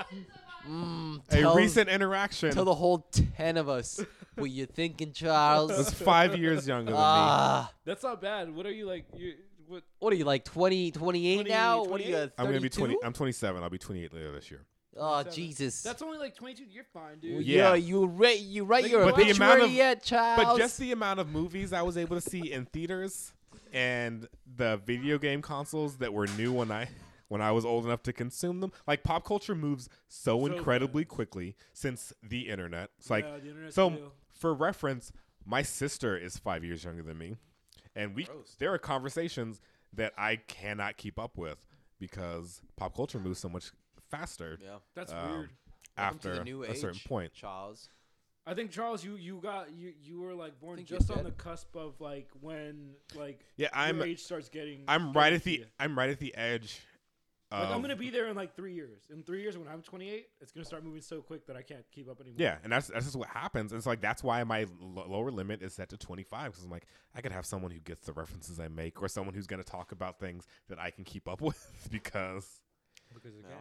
S3: Mm, tell,
S1: a recent interaction
S3: tell the whole ten of us what you thinking,
S1: was
S3: Charles.
S1: 5 years younger than me.
S3: Ah,
S2: That's not bad. What are you like? You what?
S3: what are you like 20, 28 now? What are you? uh, 32?
S1: I'm going to be 20 I'm 27. I'll be 28 later this year.
S3: Oh
S2: 27.
S3: Jesus.
S2: That's only like 22. You're fine,
S3: Well,
S2: dude.
S1: Yeah.
S3: yeah, you right. You right.
S2: Like,
S3: Your
S1: but the
S3: obituary
S1: amount of-
S3: yet, Charles?
S1: But just the amount of movies I was able to see in theaters and the video game consoles that were new when I when I was old enough to consume them. Like pop culture moves so, incredibly quickly since the internet. It's like
S2: the internet's
S1: so
S2: real.
S1: for reference, my sister is 5 years younger than me and we there are conversations that I cannot keep up with because pop culture moves so much faster
S3: yeah.
S2: That's
S1: um,
S2: weird.
S3: Welcome to
S1: after
S3: the new
S1: a certain
S3: age,
S1: point.
S3: Charles.
S2: I think Charles, you you got you you were like born
S3: Think you're
S2: just on
S3: dead.
S2: the cusp of like when like
S1: Yeah, I'm
S2: your age starts getting.
S1: I'm right
S2: getting
S1: at
S2: to
S1: the um,
S2: you.
S1: I'm right at the edge.
S2: Like, I'm
S1: of-
S2: gonna be there in like three years. In three years, when I'm 28, it's gonna start moving so quick that I can't keep up anymore.
S1: Yeah, and that's that's just what happens. And it's like that's why my l- lower limit is set to 25 because I'm like I could have someone who gets the references I make or someone who's going to talk about things that I can keep up with because
S2: because
S3: No.
S2: again,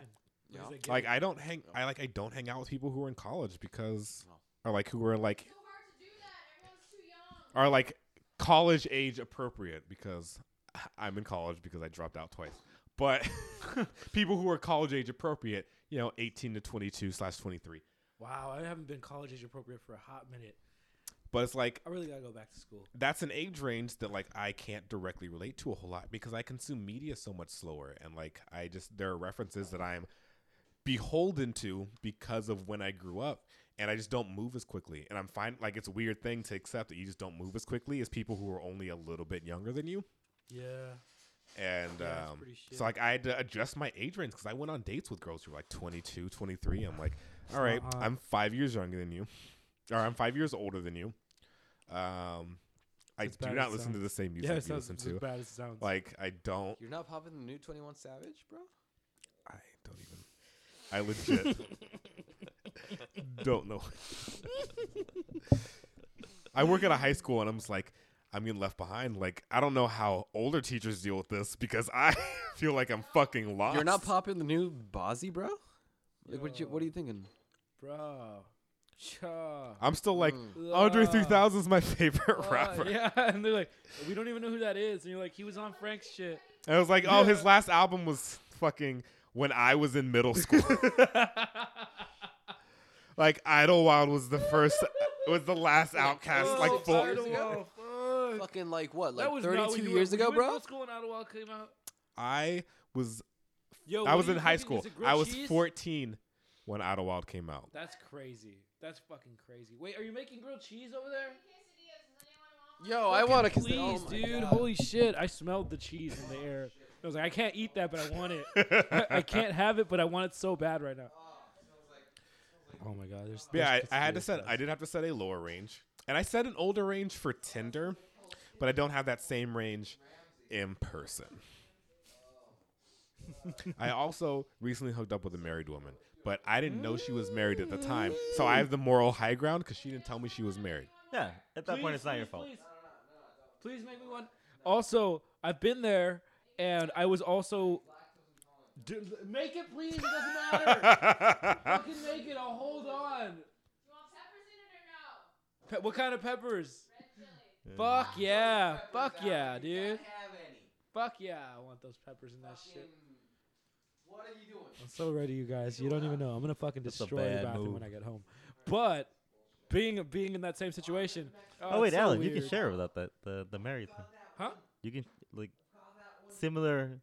S3: Yeah.
S2: because again,
S1: like I don't hang I like I don't hang out with people who are in college because
S3: No.
S1: or like who are like
S7: Too hard to do that. Everyone's too young.
S1: are like college age appropriate because I'm in college because I dropped out twice. But people who are college age appropriate, you know, 18 to 22 slash 23.
S2: wow, I haven't been college age appropriate for a hot minute.
S1: But it's like
S2: I really gotta go back to school.
S1: that's an age range that like I can't directly relate to a whole lot because I consume media so much slower and like I just there are references that I'm beholden to because of when I grew up and I just don't move as quickly and I'm fine like it's a weird thing to accept that you just don't move as quickly as people who are only a little bit younger than you
S2: Yeah,
S1: and
S2: Yeah, that's
S1: um,
S2: pretty shit.
S1: so like I had to adjust my age range because I went on dates with girls who were like 22 23 I'm like all right
S2: Uh-uh.
S1: I'm five years younger than you or I'm five years older than you um I
S2: As
S1: do
S2: bad
S1: not
S2: as it
S1: listen to
S2: sounds.
S1: the same music
S2: yeah, it
S1: you
S2: sounds
S1: listen
S2: as
S1: to
S2: bad as it sounds.
S1: like I don't
S3: You're not popping the new Twenty One Savage, bro.
S1: I don't even I legit don't know I work at a high school and I'm just like I'm getting left behind. Like I don't know how older teachers deal with this because I feel like I'm fucking lost.
S3: You're not popping the new Bozzy, bro. Like, what you what are you thinking?
S2: bro, Cha.
S1: I'm still like
S3: Mm.
S1: Andre
S2: Uh,
S1: 3000 is my favorite
S2: uh,
S1: rapper.
S2: yeah, and they're like, we don't even know who that is, and you're like, he was on Frank's shit.
S1: And I was like, oh, his last album was fucking when I was in middle school. like Idlewild was the first, was the last Outcast,
S2: Oh,
S1: like full.
S3: Idlewild.
S2: Idlewild, fuck.
S3: Fucking like what?
S2: That
S3: Like
S2: was not when
S3: 32
S2: you were-
S3: years
S2: were
S3: ago,
S2: you in
S3: bro.
S2: middle school and Idlewild came out.
S1: I was,
S2: Yo,
S1: I
S2: what
S1: was
S2: are
S1: in
S2: you
S1: high
S2: thinking?
S1: school.
S2: Is it grilled
S1: I was
S2: cheese?
S1: 14. when Idlewild came out.
S2: That's crazy. That's fucking crazy. Wait, are you making grilled cheese over there?
S3: Yo, Oh, I want a
S2: Please, dude. Holy shit. I smelled the cheese in the air. I was like, I can't eat that, but I want it. I, I can't have it, but I want it so bad right now. Oh my god, there's.
S1: But yeah, I, I had to set. I did have to set a lower range, and I set an older range for Tinder, but I don't have that same range in person. I also recently hooked up with a married woman, but I didn't know she was married at the time, so I have the moral high ground because she didn't tell me she was married.
S4: Yeah, at that point, it's not your fault.
S2: Please. Please make me one. Also, I've been there, and I was also. Dude, l- make it, please. It doesn't matter. Fucking make it. I'll hold on. Pe- what kind of peppers? Fuck yeah. Fuck yeah, dude. Fuck yeah. I want those peppers and that shit.
S3: What are you doing?
S2: I'm so ready, you guys. You don't even know. I'm gonna fucking
S4: That's a
S2: destroy your
S4: bad
S2: bathroom
S4: move.
S2: when I get home. But being being in that same situation.
S4: Oh, wait,
S2: it's so
S4: Alan, you
S2: weird.
S4: can share without that the the married thing.
S2: Huh?
S4: You can like similar.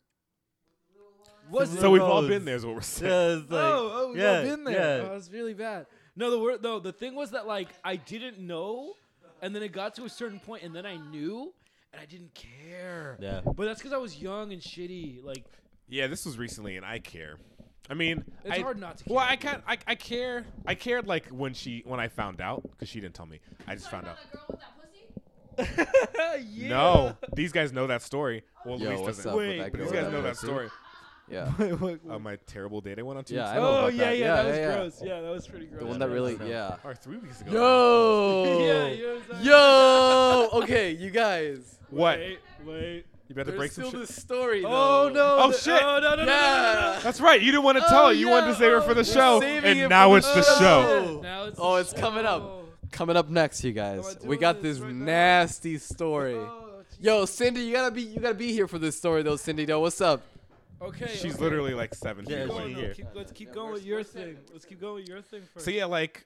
S2: Was it?
S1: So we've all
S4: Rose.
S1: been there, is what we're saying.
S4: Yeah, it's like,
S2: oh, oh, you
S4: yeah,
S2: been there.
S4: Yeah.
S2: Oh, it's really bad. No, the word though, the thing was that like I didn't know, and then it got to a certain point, and then I knew, and I didn't care.
S4: Yeah.
S2: But that's because I was young and shitty. Like
S1: Yeah, this was recently, and I care. I mean,
S2: it's
S1: I,
S2: hard not to. Care.
S1: Well, I can't. I, I care. I cared like when she when I found out because she didn't tell me. I just found out. No, these guys know that story. Well,
S3: Yo,
S1: Luis
S3: what's
S1: doesn't.
S3: up with that
S1: but
S3: girl?
S1: these guys know that story.
S3: Yeah.
S1: Uh, my terrible date I went on two
S3: Yeah,
S1: weeks
S3: I
S1: ago.
S3: know
S2: Oh
S3: about
S2: yeah,
S3: that.
S2: yeah,
S3: Yeah,
S2: that was
S3: yeah, yeah.
S2: gross. Yeah, that was pretty gross.
S3: The one that really, yeah.
S1: or three weeks ago.
S3: Yo.
S2: yeah, you know what I'm saying?
S3: Yo. Okay, you guys.
S1: What?
S2: Wait, wait.
S1: You better
S3: There's
S1: break some
S3: still
S1: shit.
S3: this story.
S2: Oh
S3: though.
S2: no!
S1: Oh,
S2: the-
S1: shit.
S2: Oh no! No! No!
S3: Yeah.
S1: That's right. You didn't want to tell.
S3: Oh,
S1: it. you wanted to
S3: yeah,
S1: save her
S3: oh,
S1: for the
S3: we're
S1: show,
S3: saving it
S1: and
S3: for
S1: now
S3: the
S1: it's the
S3: show.
S1: show.
S2: no, no. Now it's
S3: Oh,
S2: the
S3: it's coming up.
S2: show.
S3: Coming up next, you
S2: Am I
S3: guys. We
S2: doing
S3: got
S2: this
S3: this
S2: right now?
S3: nasty story.
S2: Oh,
S3: Yo, Cindy, you gotta be you gotta be here for this story though, Cindy. Though, what's up?
S2: Okay.
S1: She's
S2: okay.
S1: literally like seven feet
S4: Yeah, she-
S1: away.
S2: Going, no,
S4: here.
S2: keep, let's keep going with your thing. Let's keep going with your thing first.
S1: So yeah, like.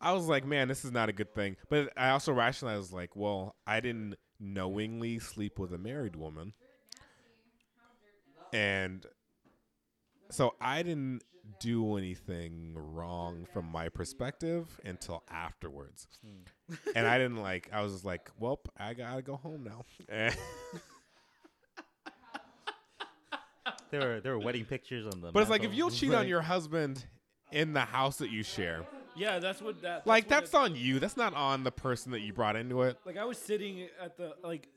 S1: I was like, man, this is not a good thing. But I also rationalized, like, well, I didn't knowingly sleep with a married woman, and so I didn't do anything wrong from my perspective until afterwards. And I didn't like. I was just like, well, I gotta go home now. And-
S4: There were there were wedding pictures on the.
S1: but it's like if
S4: mantle.
S1: you'll cheat on
S4: Like,
S1: your husband in the house that you share.
S2: Yeah, that's what that. That's
S1: Like
S2: what
S1: that's
S2: it-
S1: on you. That's not on the person that you brought into it.
S2: like I was sitting at the like,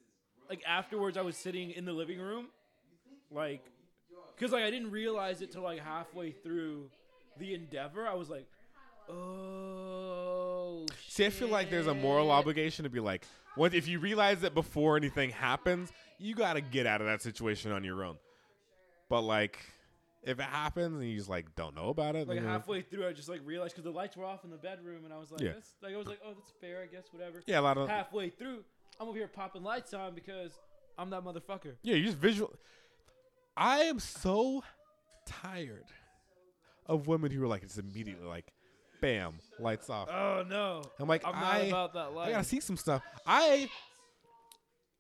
S2: like afterwards I was sitting in the living room, like, cause like I didn't realize it till like halfway through the endeavor. I was like, oh.
S1: See, I feel like there's a moral obligation to be like, what if you realize that before anything happens, you gotta get out of that situation on your own. But like, if it happens and you just like don't know about it,
S2: Like
S1: then you're-
S2: halfway through, I just like realized because the lights were off in the bedroom, and I was like,
S1: Yeah. Uh,
S2: that's, like I was like, oh, that's fair, I guess, whatever.
S1: yeah, a lot of
S2: Halfway through, I'm over here popping lights on because I'm that motherfucker.
S1: yeah, you just visual. I am so tired of women who are like, it's immediately like, bam, lights off.
S2: Oh no!
S1: I'm like,
S2: I'm not
S1: I-
S2: about that life.
S1: I gotta see some stuff. I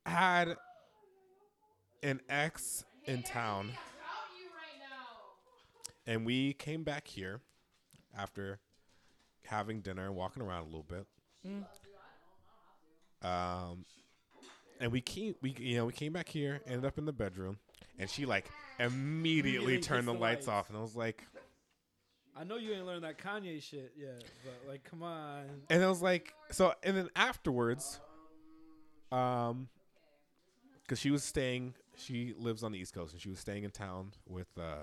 S1: had an ex in town, and we came back here after having dinner and walking around a little bit. Um, and we came, we you know, we came back here, ended up in the bedroom, and she like immediately
S2: Immediately
S1: turned the
S2: gets the
S1: lights
S2: lights.
S1: off, and I was like,
S2: I know you ain't learned that Kanye shit yet, but like, come on.
S1: And I was like, so, and then afterwards, um, because she was staying, she lives on the East Coast, and she was staying in town with uh,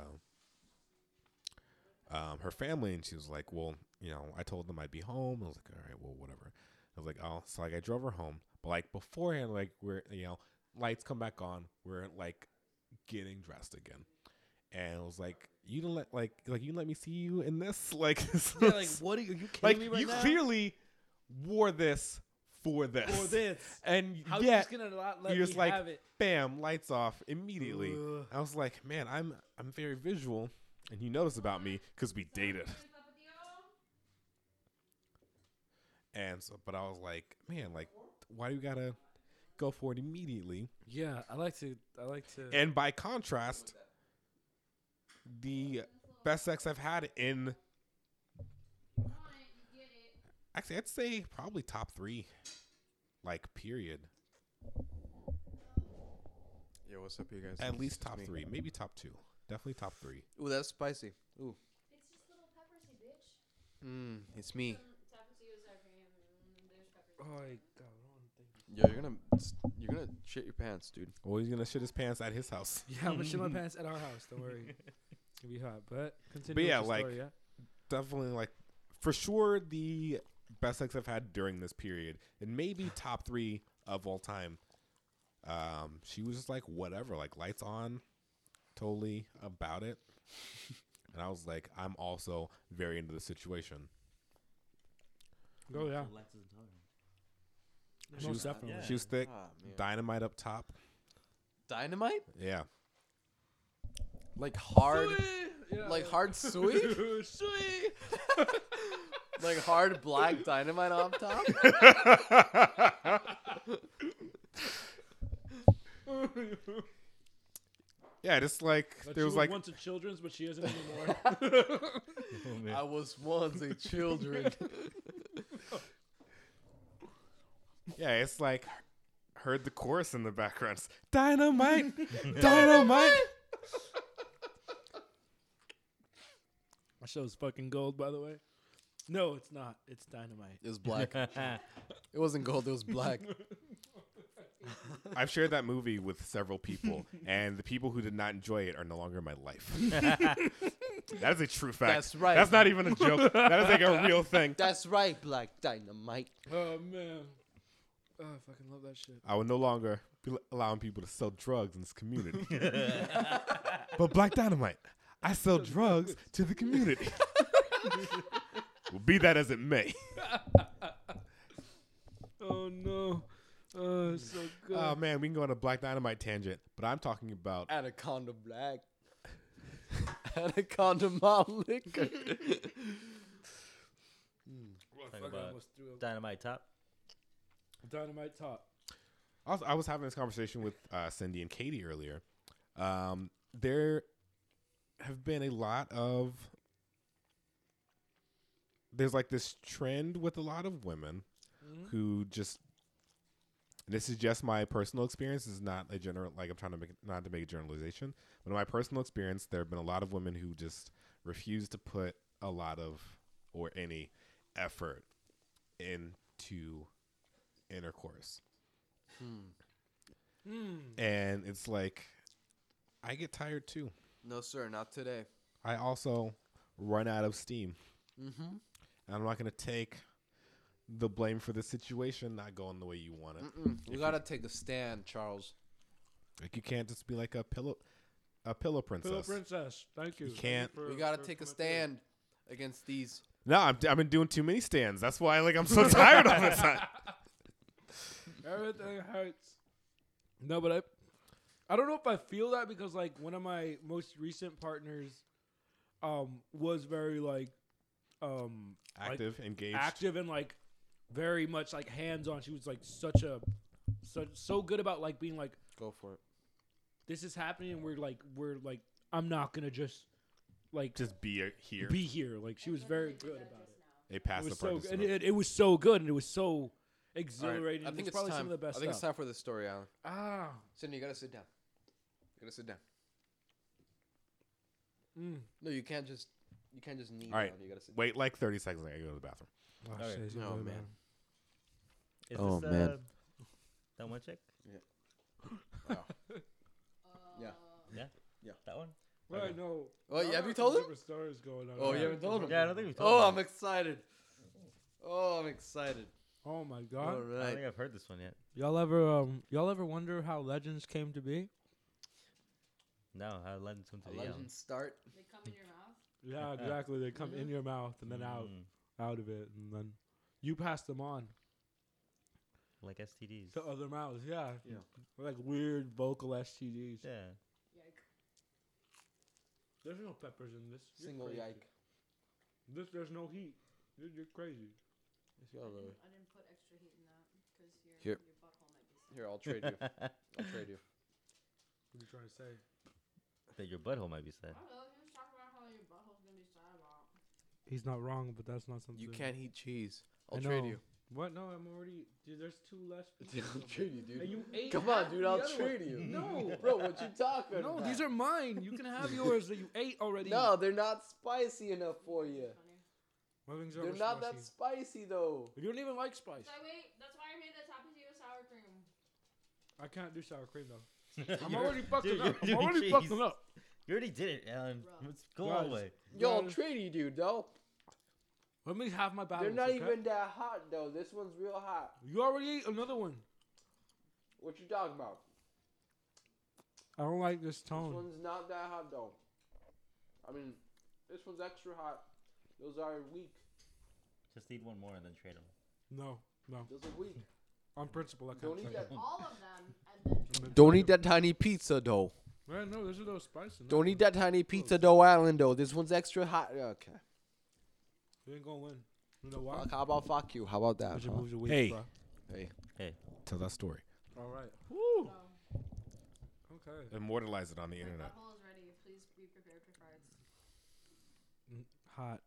S1: um, her family, and she was like, well, you know, I told them I'd be home. I was like, all right, well, whatever. I was like, oh, so like I drove her home, but like beforehand, like we're you know, lights come back on, we're like getting dressed again, and I was like, you didn't let like like you didn't let me see you in this like this
S2: Yeah, like,
S1: was-
S2: what are you, are you kidding
S1: like
S2: me right
S1: you
S2: now?
S1: clearly wore this for this.
S2: or this?
S1: And
S2: How you
S1: yeah,
S2: just gonna not let
S1: you're
S2: me
S1: just like,
S2: have it?
S1: bam, lights off immediately.
S2: Ugh.
S1: I was like, man, I'm I'm very visual, and you know this about me because we dated. And so, but I was like, man, like, why do you gotta go for it immediately?
S2: Yeah, I like to. I like to.
S1: And by contrast, the best sex I've had in
S7: want it, you get it.
S1: actually I'd say probably top three, like period.
S3: Yo, what's up, you guys?
S1: At least top three, maybe top two, definitely top three.
S3: Ooh, that's spicy. Ooh,
S7: It's just little peppers, you bitch.
S3: mm, it's me.
S7: Some tapatillas are green, and Mm, there's peppers.
S2: Oh, I got
S3: Yo, you're gonna you're gonna shit your pants, dude.
S1: Well, he's gonna shit his pants at his house.
S2: Yeah, I'm gonna shit my pants at our house. Don't worry, it'll be hot. But continue.
S1: yeah,
S2: with your
S1: like-
S2: story, yeah?
S1: definitely like for sure the best sex I've had during this period, and maybe top three of all time. Um, she was just like whatever, like lights on, totally about it. and I was like, I'm also very into the situation.
S2: oh yeah,
S4: Lex is talking.
S2: most
S1: was-
S2: definitely.
S1: She was thick,
S3: Ah, man.
S1: dynamite up top.
S3: Dynamite?
S1: Yeah,
S3: Like hard,
S2: Yeah,
S3: like
S2: yeah.
S3: hard sweet,
S2: Sweet.
S3: like hard black dynamite on top.
S1: yeah. Just like
S2: But
S1: there
S2: she
S1: was
S2: was
S1: like
S2: once a children's, but she isn't anymore.
S4: Oh, man.
S3: I was once a children.
S1: yeah, it's like heard the chorus in the background. It's, Dynamite, dynamite.
S2: My show's fucking gold, by the way. No, it's not. It's dynamite.
S3: it was black. It wasn't gold. It was black.
S1: I've shared that movie with several people, and the people who did not enjoy it are no longer in my life. that is a true fact.
S3: That's right.
S1: That's not even a joke. that is like a real thing.
S3: That's right, black dynamite.
S2: Oh man, oh, I fucking love that shit.
S1: I will no longer be l- allowing people to sell drugs in this community. but Black Dynamite, I sell drugs to the community. well, be that as it may.
S2: Oh no, oh it's so good.
S1: Oh man, we can go on a Black Dynamite tangent, but I'm talking about
S3: Anaconda black. Anaconda malt liquor.
S4: Talk about dynamite top.
S2: Dynamite top.
S1: Also, I was having this conversation with uh, Cindy and Katie earlier. Um, there have been a lot of there's like this trend with a lot of women who just and this is just my personal experience. This is not a general like I'm trying to make not to make a generalization, but in my personal experience, there have been a lot of women who just refuse to put a lot of or any effort into intercourse and it's like I get tired too.
S3: No, sir, not today.
S1: I also run out of steam.
S3: Mm-hmm.
S1: And I'm not going to take the blame for the situation not going the way you want
S3: Mm.
S1: it.
S3: We gotta take a stand, Charles.
S1: Like you can't just be like a pillow a pillow princess.
S2: Pillow princess. Thank you.
S1: You can't-
S3: We gotta take a stand against these.
S1: no, I'm, I've been doing too many stands. That's why like I'm so tired all the time.
S2: Everything hurts. No, but I, I don't know if I feel that because like one of my most recent partners, um, was very like, um, like,
S1: Active, engaged.
S2: active and like very much like hands on. She was like such a so so good about like being like
S3: Go for it.
S2: this is happening and we're like we're like I'm not gonna just like
S1: Just be a, here.
S2: be here. Like she was very
S7: Literally
S2: good
S7: did that
S2: about
S7: just
S2: it.
S7: now.
S1: a
S2: It was
S1: passive
S2: so
S1: participant.
S2: and it, it was so good and it was so
S3: Alright,
S2: exhilarating.
S3: I think it's
S2: probably
S3: time.
S2: some of the best
S3: I think it's
S2: stuff.
S3: time for this story, Alan.
S2: Ah,
S3: Cindy, you gotta sit down. You gotta sit down.
S2: mm.
S3: No, you can't just. You can't just kneel.
S1: All right.
S3: down. You gotta sit.
S1: Wait like 30 seconds. I gotta go to the bathroom.
S2: Oh,
S4: Alright.
S2: shit,
S3: No,
S2: really
S3: man.
S2: bad.
S4: Is
S3: Oh,
S4: this,
S3: man.
S4: Uh, that one chick?
S7: Uh,
S3: Yeah.
S4: Yeah.
S3: Yeah.
S4: That one?
S2: Well,
S4: Okay.
S2: no.
S3: Oh,
S2: I'm
S3: yeah, have you
S2: not
S3: told him?
S2: superstars going on.
S3: Oh, you
S2: Alright.
S3: haven't told him.
S4: Yeah, I don't think we've told
S3: Oh,
S4: that.
S3: I'm excited. Oh, I'm excited.
S2: Oh my
S3: All
S2: god.
S4: I don't
S3: right.
S4: think I've heard this one yet.
S2: Y'all ever um y'all ever wonder how legends came to be?
S4: No, I led this one to
S3: How
S4: the yell.
S3: legends start.
S7: They come in your mouth.
S2: Yeah, exactly. They come in your mouth and then out
S4: Mm,
S2: out of it and then you pass them on
S4: Like STDs.
S2: to other mouths. Yeah.
S3: Yeah.
S2: Like weird vocal STDs.
S4: Yeah.
S7: Yikes.
S2: There's no peppers in this. You're
S3: Single
S2: crazy.
S3: yike.
S2: This there's no heat. You're, you're crazy.
S7: I didn't, I didn't put extra heat in that because your,
S3: Here.
S7: your butthole might be stuck.
S3: Here, I'll trade you. I'll trade you.
S2: What are you trying to say?
S4: that your butthole might be
S7: I
S4: sad.
S7: don't know. He was trying
S2: He's not wrong, but that's not something.
S3: You can't eat cheese. I'll
S2: I
S3: trade
S2: know.
S3: you.
S2: What? No, I'm already. Dude, there's two left.
S3: I'll trade you, dude.
S2: And you ate
S3: Come on,
S2: half
S3: dude.
S2: the
S3: I'll
S2: other one.
S3: trade you.
S2: No,
S3: Bro, what you talking
S2: no,
S3: about?
S2: these are mine. You can have yours that you ate already.
S3: No, they're not spicy enough for you.
S2: my wings are
S3: They're
S2: over
S3: not that
S2: spicy.
S3: spicy though.
S2: You don't even like spice.
S7: So I wait. That's why I made the tapatio sour cream.
S1: Mm.
S2: I can't do sour cream though. I'm
S4: You're-
S2: already fucking
S4: dude,
S2: up. I'm
S4: you're doing
S2: already
S4: cheese.
S2: fucking up.
S4: You already did it, Alan.
S7: Bro.
S4: Let's go
S2: Guys,
S4: all the way.
S3: Yo, I'll
S2: Guys,
S3: trade you, dude. Though
S2: Let me have my
S3: they're
S2: battles.
S3: not
S2: okay?
S3: even that hot though. This one's real hot.
S2: You already ate another one.
S3: What you talking about?
S2: I don't like this
S3: This
S2: tone.
S3: one's not that hot though. I mean, this one's extra hot. Those are weak.
S4: Just eat one more and then trade them.
S2: No, no.
S3: Those are weak.
S2: On principle, I can't.
S3: Don't
S2: tell
S3: eat that.
S7: All of them. And then
S3: Don't eat that tiny pizza dough.
S2: you. Man, no, there's a little spice in
S3: Don't eat that tiny pizza dough island though. This one's extra hot. Okay.
S2: You ain't gonna win. You know why?
S3: Fuck, how about fuck you? How about that?
S2: 'Cause you
S3: huh?
S2: moved your weight,
S5: Hey.
S2: bruh.
S1: Tell that story.
S2: All right. Woo.
S7: so.
S2: Okay.
S1: Immortalize it on the internet.
S7: Internet. is ready. Please be prepared for farts.
S2: Hot.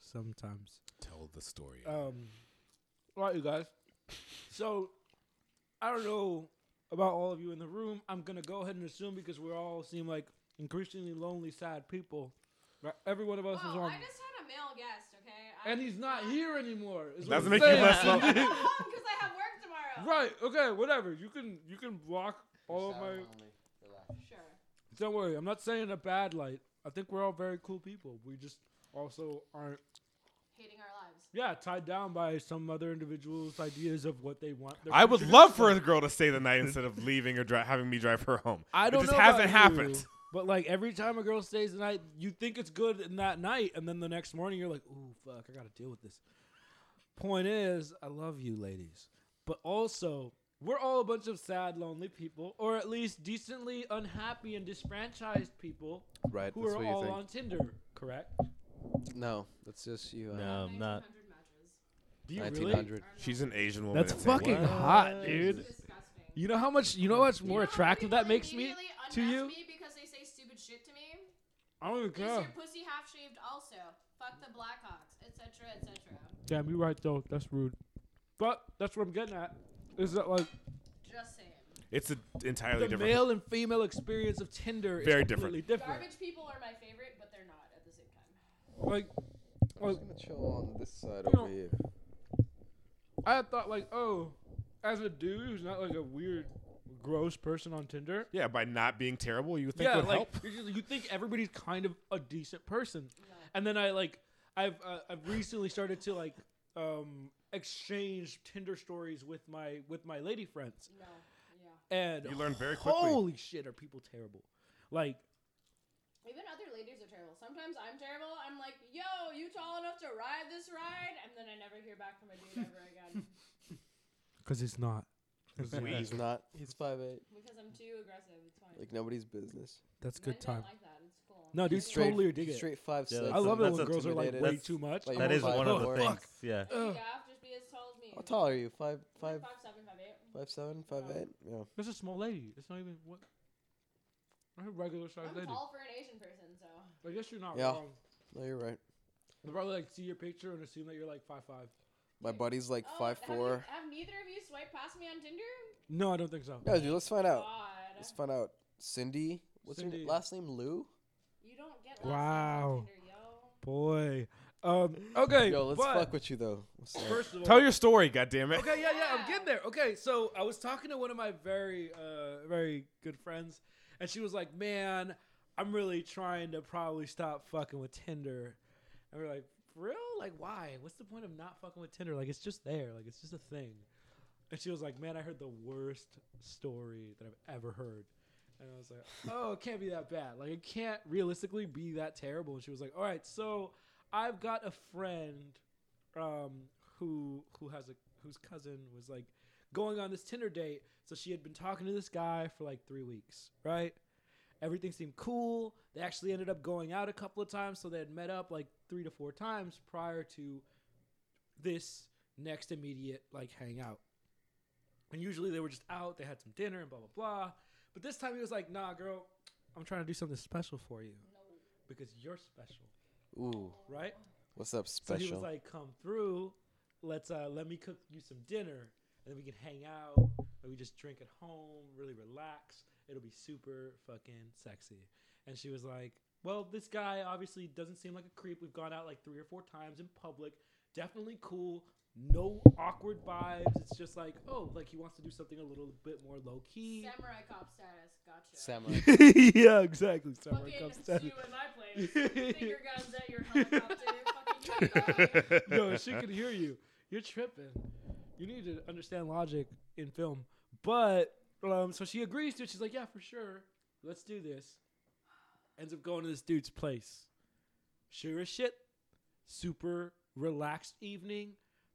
S2: Sometimes.
S1: Tell the story.
S2: Um, all right, you guys. So, I don't know about all of you in the room. I'm gonna go ahead and assume because we all seem like increasingly lonely, sad people. Right? Every one of us is
S7: Oh,
S2: on,
S7: I just had a male guest, okay? I
S2: and
S7: was
S2: he's not here anymore. is what
S1: Doesn't
S2: I'm
S1: make you
S2: saying.
S1: less lonely.
S7: I'm home because I have work tomorrow.
S2: right? Okay, whatever. You can you can block all of my.
S7: Sure.
S2: Don't worry. I'm not saying in a bad light. I think we're all very cool people. We just also aren't
S7: Hating our lives.
S2: yeah tied down by some other individual's ideas of what they want. their
S1: I would
S2: future to
S1: love
S2: look
S1: for
S2: like.
S1: a girl to stay the night instead of leaving or dri- having me drive her home.
S2: I
S1: It
S2: don't
S1: just
S2: know.
S1: hasn't
S2: about
S1: happened.
S2: you, but like every time a girl stays the night, you think it's good in that night, and then the next morning you're like, "Ooh, fuck, I gotta deal with this." Point is, I love you, ladies, but also we're all a bunch of sad, lonely people, or at least decently unhappy and disfranchised people
S3: Right.
S2: who
S3: that's
S2: are
S3: what you
S2: all
S3: think.
S2: on Tinder. Correct?
S3: No, that's just you. Uh,
S4: No, I'm not.
S7: 1900 matches.
S2: Do you really?
S3: 1900.
S1: She's an Asian woman.
S2: That's
S1: and saying,
S2: fucking
S1: "What?"
S2: hot, dude.
S7: Disgusting.
S2: You know how much? You know how much
S7: You
S2: more
S7: know how many
S2: attractive that
S7: people
S2: makes me
S7: immediately
S2: to
S7: unmatch
S2: you?
S7: me because they say stupid shit to me.
S2: I don't even
S7: Is
S2: care.
S7: your pussy half shaved also? Fuck the Blackhawks, etc., etc.
S2: Damn, you right though. That's rude. But that's what I'm getting at. Is that like
S7: Just saying.
S1: It's an entirely
S2: the
S1: different.
S2: male and female experience of Tinder is
S1: Very different.
S2: completely different.
S7: Garbage people are my favorite, but they're not at the same time.
S2: Like,
S3: I'm
S2: like
S3: just gonna chill on this side
S2: You
S3: over
S2: know-
S3: here.
S2: I had thought like, oh, as a dude who's not like a weird, gross person on Tinder.
S1: yeah, by not being terrible, you would think
S2: yeah,
S1: would
S2: like
S1: help.
S2: you just- you think everybody's kind of a decent person,
S7: No.
S2: and then I like I've uh, I've recently started to like um exchange Tinder stories with my with my lady friends,
S7: No. Yeah.
S2: and
S1: You learn very quickly.
S2: Holy shit, are people terrible? Like
S7: Even other ladies are terrible. Sometimes I'm terrible. I'm like, yo, you tall enough to ride this ride? And then I never hear back from a dude ever again
S2: Because it's not.
S3: He's not. He's five eight.
S7: because I'm too aggressive. It's fine.
S3: Like nobody's business.
S2: That's
S7: Men
S2: good
S7: don't
S2: time.
S7: like that. It's cool.
S2: No, dude,
S7: It's
S2: straight- totally dig it.
S3: Straight five
S4: Yeah,
S3: six.
S2: I love it
S3: That's
S2: when girls are like
S3: intimidated.
S2: way
S4: That's-
S2: too much.
S3: like,
S4: That is
S3: Five
S4: one of the
S3: four.
S4: things. Yeah.
S7: Hey,
S2: Ugh.
S7: you have to be as tall as me.
S3: How tall are you? Five five
S7: Like five seven, five eight.
S3: five seven five
S7: Oh.
S3: eight. Yeah.
S2: That's a small lady. It's not even what. I'm a regular sized
S7: I'm
S2: lady.
S7: tall for an Asian person, so
S2: I guess you're not
S3: Yeah.
S2: wrong.
S3: No, you're right.
S2: They probably like see your picture and assume that you're like five five.
S3: My buddy's like
S7: Oh,
S3: five
S7: have you-
S3: four.
S7: Have, neither of you swiped past me on Tinder?
S2: No, I don't think so.
S3: No, dude, let's find out.
S7: God,
S3: Let's find out. Cindy. What's her
S2: Cindy.
S3: n- last name? Lou.
S7: you don't get last names
S2: Wow.
S7: on Tinder, yo.
S2: Boy. Um. Okay.
S3: Yo, let's
S2: but
S3: fuck with you though. What's up?
S2: First of all,
S1: Tell your story, goddammit.
S2: Okay, yeah, yeah, I'm
S7: Yeah.
S2: getting there. Okay, so I was talking to one of my very, uh, very good friends, and she was like, "Man, I'm really trying to probably stop fucking with Tinder." And we're like, "For "Real? Like, why? What's the point of not fucking with Tinder? Like, it's just there. Like, it's just a thing." And she was like, "Man, I heard the worst story that I've ever heard." And I was like, "Oh, it can't be that bad. Like, it can't realistically be that terrible." And she was like, "All right, so I've got a friend." um, who who has a whose cousin was like going on this Tinder date. So she had been talking to this guy for like three weeks, right? Everything seemed cool. They actually ended up going out a couple of times, so they had met up like three to four times prior to this next immediate like hangout. And usually they were just out, they had some dinner and blah blah blah. But this time he was like, "Nah, girl, I'm trying to do something special for you
S7: No.
S2: because you're special."
S3: Ooh,
S2: right?
S3: what's up,
S2: So
S3: special?
S2: he was like, "Come through, let's uh, let me cook you some dinner, and then we can hang out. Like we just drink at home, really relax. It'll be super fucking sexy." And she was like, "Well, this guy obviously doesn't seem like a creep. We've gone out like three or four times in public. Definitely cool. No awkward vibes. It's just like, oh, like he wants to do something a little bit more low key."
S7: Samurai cop status. Gotcha.
S3: Samurai.
S2: yeah, exactly. Samurai
S7: Fucking
S2: Cop
S7: you
S2: status.
S7: in my place. Finger guns at your helicopter. Fucking you go.
S2: Yo, if she could hear you. You're tripping. You need to understand logic in film. But um, so she agrees to it. She's like, yeah, for sure. Let's do this. Ends up going to this dude's place. Sure as shit. Super relaxed evening.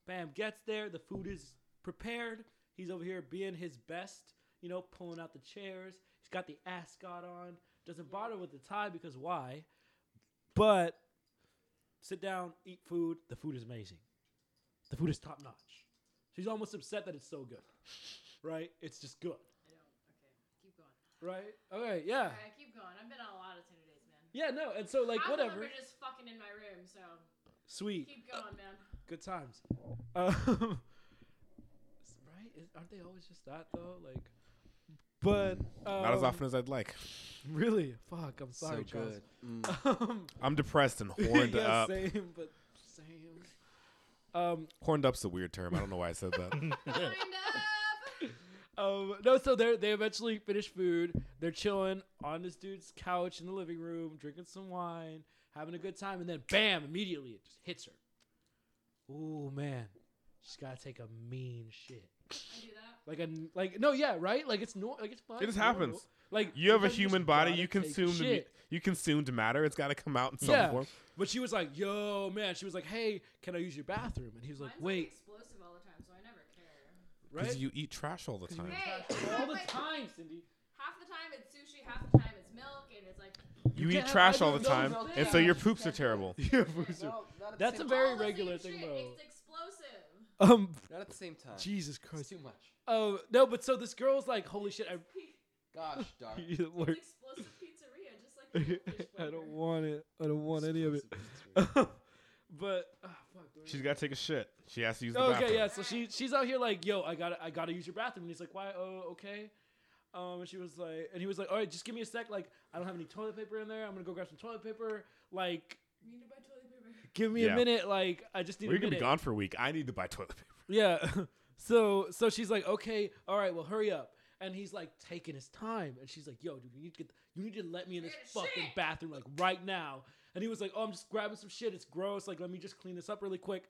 S2: Bam gets there. The food is prepared. He's over here being his best. You know, pulling out the chairs. He's got the ascot on. Doesn't bother with the tie because why? But sit down, eat food. The food is amazing. The food is top notch. She's almost upset that it's so good, right? It's just good,
S7: I don't. Okay, keep going.
S2: right? Okay, yeah,
S7: Alright, keep going. I've been on a lot of Tinder dates, man.
S2: yeah, no, and so like
S7: Half of them
S2: whatever,
S7: are just fucking in my room, so
S2: sweet,
S7: keep going, man.
S2: good times. Um, right? Is- Aren't they always just that though? Like, but um,
S1: Not as often as I'd like.
S2: Really? Fuck, I'm
S3: so
S2: sorry, Charles.
S3: good. Mm.
S2: Um,
S1: I'm depressed and horned
S2: yeah,
S1: up.
S2: same, but same. Um,
S1: Horned up's a weird term. I don't know why I said that.
S7: Lined up.
S2: Um, no, so they they eventually finish food. They're chilling on this dude's couch in the living room, drinking some wine, having a good time, and then bam! Immediately, it just hits her. Ooh man, she's gotta take a mean shit.
S7: I do that.
S2: Like a like no yeah right like it's normal like it's fine.
S1: It just
S2: it's normal.
S1: happens.
S2: Like
S1: You have a
S2: sometimes just
S1: human body.
S2: gotta
S1: You
S2: take a
S1: consume the, me-
S2: shit.
S1: you consumed matter. It's got to come out in some
S2: Yeah.
S1: form.
S2: But she was like, "Yo, man." She was like, "Hey, can I use your bathroom?" And he was like,
S7: Mine's
S2: "Wait,
S7: explosive all the time, so I never care.
S2: right?"
S1: Because you eat trash all the time.
S7: Hey,
S2: all
S7: I'm
S2: the
S7: like-
S2: time, Cindy.
S7: Half the time it's sushi, half the time it's milk, and it's like
S1: You,
S2: You
S1: eat
S2: can't
S1: trash
S2: have
S1: all the
S2: those
S1: time,
S2: milk
S1: and so your
S7: trash.
S1: poops are terrible.
S2: Yeah, for sure.
S3: not at
S2: That's
S3: the
S2: a
S3: same
S2: very
S7: all the same
S2: regular thing,
S7: shit,
S2: though.
S7: It's explosive.
S2: Um,
S3: Not at the same time.
S2: Jesus
S3: It's
S2: Christ.
S3: too much.
S2: Oh no, but so this girl's like, "Holy shit!" I
S3: Gosh darn.
S2: It
S7: It's
S2: worked.
S7: explosive pizzeria, just like the goldfish
S2: I don't
S7: flavor.
S2: want it. I don't want any of it.
S3: Explosive
S2: but ah, fuck. where
S1: She's
S2: is
S1: got to take a shit. She has to use
S2: it?
S1: the
S2: okay,
S1: bathroom.
S2: yeah. So she she's out here like, yo, I gotta I gotta use your bathroom, and he's like, why? Oh, okay. Um, and she was like, and he was like, all right, just give me a sec. Like, I don't have any toilet paper in there. I'm gonna go grab some toilet paper. Like,
S7: Need to buy toilet paper.
S2: give me
S1: Yeah.
S2: a minute. Like, I just need.
S1: We're
S2: a
S1: gonna be
S2: minute.
S1: gone for a week. I need to buy toilet paper.
S2: Yeah. So so she's like, okay, all right, well, hurry up. And he's like taking his time, and she's like, yo, dude, you need to get, you need to let me in this
S7: Get a
S2: fucking
S7: shit.
S2: bathroom like right now. And he was like, oh, I'm just grabbing some shit. It's gross. Like, let me just clean this up really quick.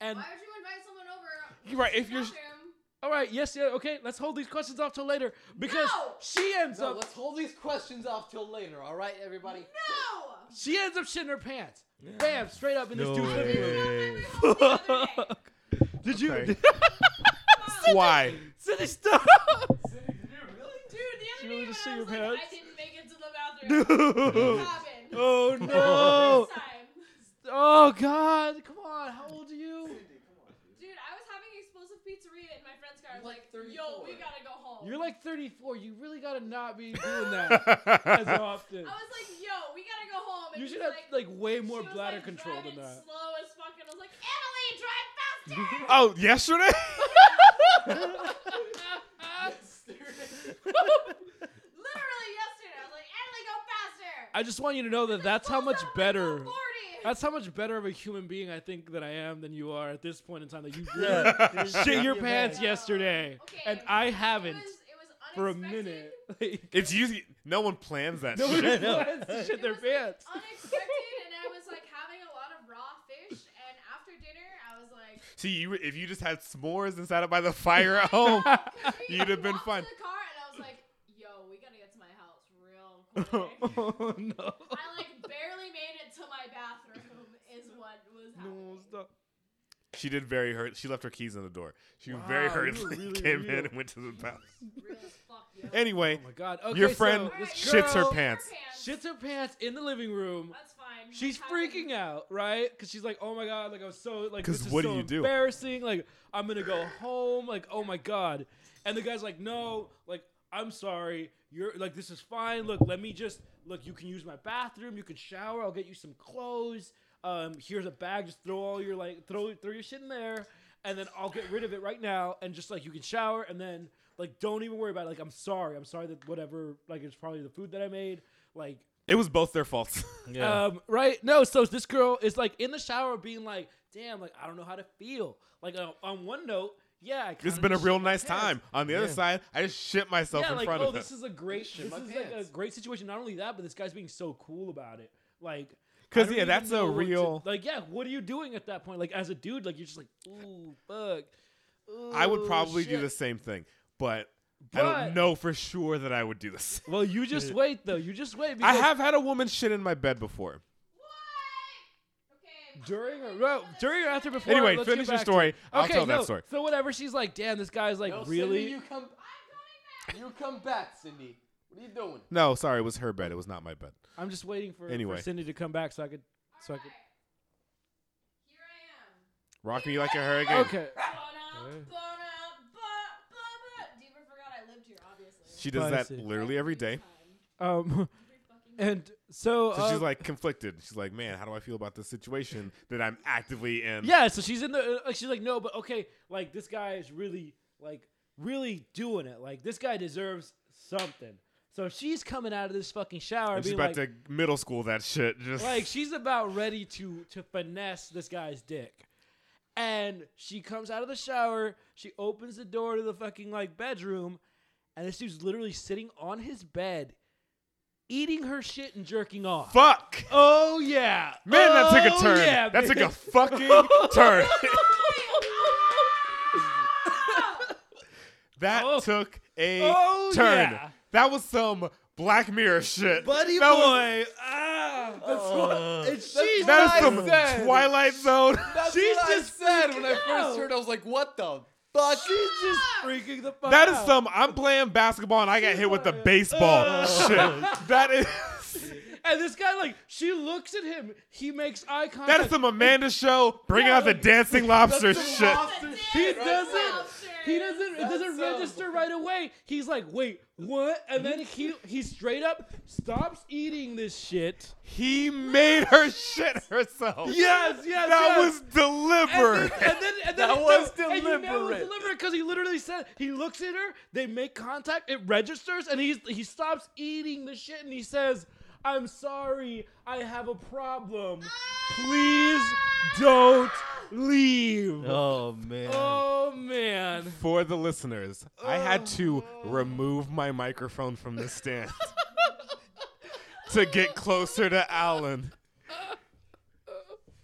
S2: And
S7: Why would you invite someone over?
S1: You're right,
S7: to
S1: if
S7: the
S1: you're-
S7: bathroom?
S2: all right, yes, yeah, okay, let's hold these questions off till later because
S7: No!
S2: she ends
S3: no,
S2: up
S3: let's hold these questions off till later. All right, everybody.
S7: No.
S2: she ends up shitting her pants. Bam, straight up in this dude's living room.
S7: Home the other day.
S2: Did you?
S1: Okay.
S7: Fuck.
S1: Why?
S2: Cindy, stop!
S7: Dude, the
S2: She
S7: other
S2: really
S7: day
S2: just
S7: when I
S2: see
S7: was
S2: your
S7: like, I
S2: pants?
S7: didn't make it to the bathroom. It happened.
S2: oh no!
S7: First time.
S2: Oh god! Come on, how old are you?
S7: Dude, I was having explosive pizzeria in my friend's car. I was
S3: You're
S7: like,
S3: like
S7: yo, we
S3: 34.
S7: gotta go home.
S2: You're like 34. You really gotta not be doing that as often.
S7: I was like, yo, we gotta go home. And
S2: You should
S7: he's
S2: have like way
S7: she
S2: more
S7: was,
S2: bladder
S7: like,
S2: control than
S7: driving
S2: that.
S7: Slow as fuck, and I was like, Emily, drive faster.
S1: oh, yesterday?
S7: Literally yesterday, I was like, Emily, go faster.
S2: I just want you to know that that's how much
S7: Supposed to
S2: better.
S7: go 40.
S2: That's how much better of a human being I think that I am than you are at this point in time. That you really
S4: Yeah.
S2: shit your pants
S7: No.
S2: yesterday,
S7: Okay.
S2: and I
S7: it
S2: haven't
S7: was, it was unexpected.
S2: for a minute. Like,
S1: It's usually no one plans that
S2: no one
S1: shit.
S2: plans to shit
S7: It
S2: their
S7: was, like,
S2: pants.
S7: unexpected, and I was like having a lot of raw fish. And after dinner, I was like,
S1: See, you if you just had s'mores and sat up by the fire at home,
S7: Could we
S1: You'd have been
S7: walk to
S1: fine.
S7: the car, and I was like, yo, we gotta get to my house real quick.
S2: oh no!
S7: I like barely made it to my bathroom. Is what was happening.
S2: No stop.
S1: she did very hurt. She left her keys in the door. She very
S2: Wow, you were
S1: hurriedly
S2: really
S1: came
S2: real.
S1: in and went to the bathroom.
S7: Real as fuck, yo.
S1: Anyway,
S2: Oh my god! Okay,
S1: Your friend
S2: so this
S1: shits her
S2: girl
S1: pants.
S2: Shits her pants in the living room.
S7: That's fine.
S2: She's freaking out, right? Because she's like, "Oh my god, like I was so like,
S1: 'Cause
S2: this is
S1: what do
S2: so
S1: you do?
S2: embarrassing. Like I'm gonna go home. Like oh my god." And the guy's like, "No, like I'm sorry, you're like this is fine. Look, let me just look. You can use my bathroom. You can shower. I'll get you some clothes. Um, here's a bag. Just throw all your like throw throw your shit in there, and then I'll get rid of it right now. And just like you can shower, and then like don't even worry about it. Like I'm sorry. I'm sorry that whatever like it's probably the food that I made. Like
S1: It was both their faults.
S4: Yeah.
S2: um, right? No, so this girl is like in the shower being like, damn, like I don't know how to feel. Like uh, on one note, yeah, I
S1: this has
S2: kinda
S1: been a
S2: just
S1: real
S2: shit my
S1: nice
S2: pants.
S1: time. On the other side, I just shit myself
S2: Yeah,
S1: in
S2: like
S1: front
S2: oh,
S1: of them.
S2: this is a great,
S3: Shit
S2: this
S3: my
S2: is like a
S3: pants.
S2: great situation. Not only that, but this guy's being so cool about it. Like, I
S1: 'Cause,
S2: don't
S1: yeah,
S2: even
S1: that's a
S2: know what to-
S1: real-
S2: like, yeah, what are you doing at that point? Like, as a dude, like you're just like, ooh, fuck.
S1: I would
S2: Ooh,
S1: probably do
S2: shit.
S1: the same thing, but, I
S2: But-
S1: don't know for sure that I would do this.
S2: Well, you just wait though. You just wait.
S1: I
S2: Because
S1: have had a woman shit in my bed before.
S7: What? Okay.
S2: during or no, during or after before.
S1: Anyway,
S2: let's
S1: finish
S2: get
S1: your
S2: back to
S1: story.
S2: it.
S1: I'll
S2: okay,
S1: tell that
S2: no,
S1: story.
S2: So whatever, she's like, damn, this guy's like
S3: No,
S2: really.
S3: Cindy, you come. You come back, Cindy. What are you doing?
S1: No, sorry, it was her bed. It was not my bed.
S2: I'm just waiting for,
S1: Anyway.
S2: for Cindy to come back so I could so I could.
S7: Alright. Here I am.
S1: Rock me like a hurricane.
S2: Okay.
S7: Bona,
S6: Hey.
S7: bona, ba, ba, ba. Diva forgot I lived here, obviously.
S1: She does that
S2: Spicy.
S1: literally every day.
S7: time.
S2: Um.
S7: Every fucking
S2: And so,
S1: So
S2: uh,
S1: she's like conflicted. She's like, man, how do I feel about this situation that I'm actively in?
S2: yeah. So she's in the. Uh, she's like, no, but okay. Like this guy is really like really doing it. Like this guy deserves something. So she's coming out of this fucking shower
S1: And she's
S2: being
S1: about
S2: like,
S1: to middle school that shit. Just
S2: like she's about ready to to finesse this guy's dick. And she comes out of the shower, she opens the door to the fucking like bedroom, and this dude's literally sitting on his bed eating her shit and jerking off.
S1: fuck.
S2: Oh yeah.
S1: Man, that took a
S2: Oh,
S1: turn.
S2: Yeah,
S1: that took a
S2: bitch.
S1: fucking turn. that
S2: Oh.
S1: took a
S2: Oh,
S1: turn.
S2: yeah.
S1: That was some Black Mirror shit.
S2: Buddy
S1: that Was,
S2: boy. ah, that's what it's she's
S1: that is
S3: I
S1: some
S3: said.
S1: Twilight Zone.
S3: That's
S2: She's
S3: what
S2: just
S3: I said when I
S2: freaking out.
S3: first heard. I was like, "What the fuck?"
S2: she's just freaking the fuck
S1: that
S2: out.
S1: is some. I'm playing basketball and I got hit with the baseball shit. That is.
S2: and this guy like she looks at him, he makes eye contact.
S1: That is some Amanda show. Bring
S2: Yeah,
S1: out the
S2: like-
S1: dancing lobster
S3: That's some
S1: shit.
S3: lobster
S7: He
S2: he
S3: shit, right?
S2: doesn't he doesn't it
S3: That's
S2: doesn't
S3: so-
S2: register right away he's like wait what and then he he straight up stops eating this shit
S1: He made her shit herself.
S2: yes yes
S1: That
S2: yes.
S1: was deliberate.
S2: and then, and then, and then
S3: That
S2: no,
S3: was
S2: And you know it was
S3: deliberate.
S2: deliberate because he literally said he looks at her, they make contact, it registers, and he's he stops eating the shit and he says, "I'm sorry, I have a problem. Please don't leave."
S4: oh man.
S2: Oh man.
S1: For the listeners, I had to
S2: Oh.
S1: remove my microphone from the stand to get closer to Alan.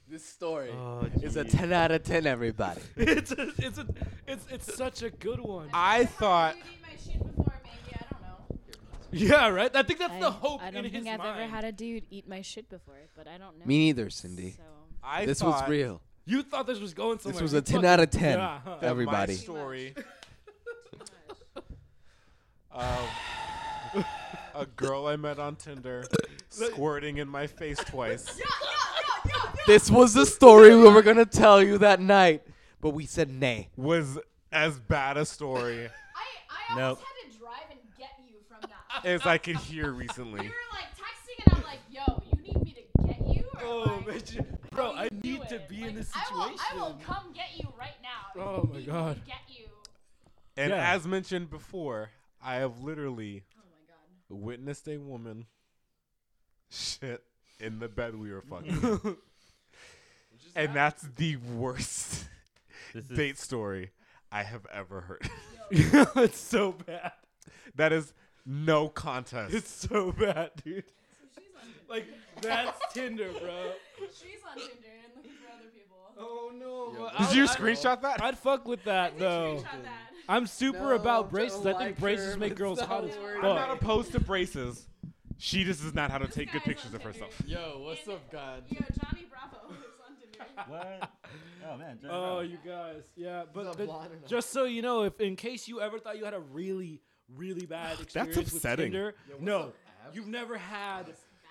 S3: This story
S4: Oh,
S3: is a
S4: jeez.
S3: ten out of ten. Everybody.
S2: It's a, it's a, it's it's such a good one.
S1: I thought,
S7: You need my shit before, maybe. I don't know.
S2: Yeah, right. I think that's the hope
S8: I don't
S2: in
S8: think
S2: his
S8: I've
S2: mind.
S8: ever had a dude eat my shit before, but I don't know.
S3: Me neither, Cindy.
S8: So
S1: I
S3: this was
S1: thought
S3: real.
S2: you thought this was going somewhere.
S3: This was
S2: You
S3: a ten
S2: fucking-
S3: out of ten.
S2: Yeah, huh.
S1: that my
S3: Everybody.
S1: story
S7: Too much.
S1: of Um, a girl I met on Tinder squirting in my face twice.
S3: This was the story we were gonna tell you that night, but we said nay.
S1: was as bad a story
S7: I, I
S4: Nope.
S7: almost had to drive and get you from that.
S1: as I could hear recently.
S7: You were like texting, and I'm like, yo, you need me to get you? Or
S2: Oh,
S7: like,
S2: bitch. bro,
S7: how
S2: I
S7: do you
S2: need
S7: do
S2: to
S7: it?
S2: be
S7: Like,
S2: in this
S7: I will-
S2: situation.
S7: I will, come get you right now. if
S2: Oh
S7: you
S2: my
S7: need me to
S2: God.
S7: Get you.
S1: And
S2: Yeah.
S1: as mentioned before, I have literally
S7: Oh my god.
S1: witnessed a woman shit in the bed we were fucking. in. and that's the worst
S4: This is
S1: date story I have ever heard.
S2: it's so bad.
S1: that is no contest.
S2: It's so bad, dude.
S7: So she's on Tinder.
S2: Like that's Tinder, bro.
S7: she's on Tinder and looking for other people.
S2: Oh no.
S3: Yo,
S2: but
S1: Did
S2: I-
S1: you
S2: I-
S1: screenshot that?
S2: I'd fuck with
S7: I
S2: that
S7: did
S2: though.
S7: screenshot that.
S2: I'm super
S3: No,
S2: about
S3: don't
S2: braces. I think
S3: like
S2: braces
S3: her,
S2: make
S3: but
S2: girls
S3: don't
S2: hot as
S7: worry.
S2: fuck.
S1: I'm not opposed to braces. She just does not how to
S7: This
S1: take good
S7: guy's on
S1: pictures of
S7: Tinder.
S1: herself.
S3: Yo, what's up, God?
S7: Yo, Johnny Bravo is on Tinder.
S4: what? Oh man. Johnny
S2: Oh,
S4: Bravo.
S2: you guys, yeah. But,
S3: not
S2: but
S3: blonde enough.
S2: just so you know, if in case you ever thought you had a really, really bad experience with
S1: upsetting.
S2: Tinder, no, you've never had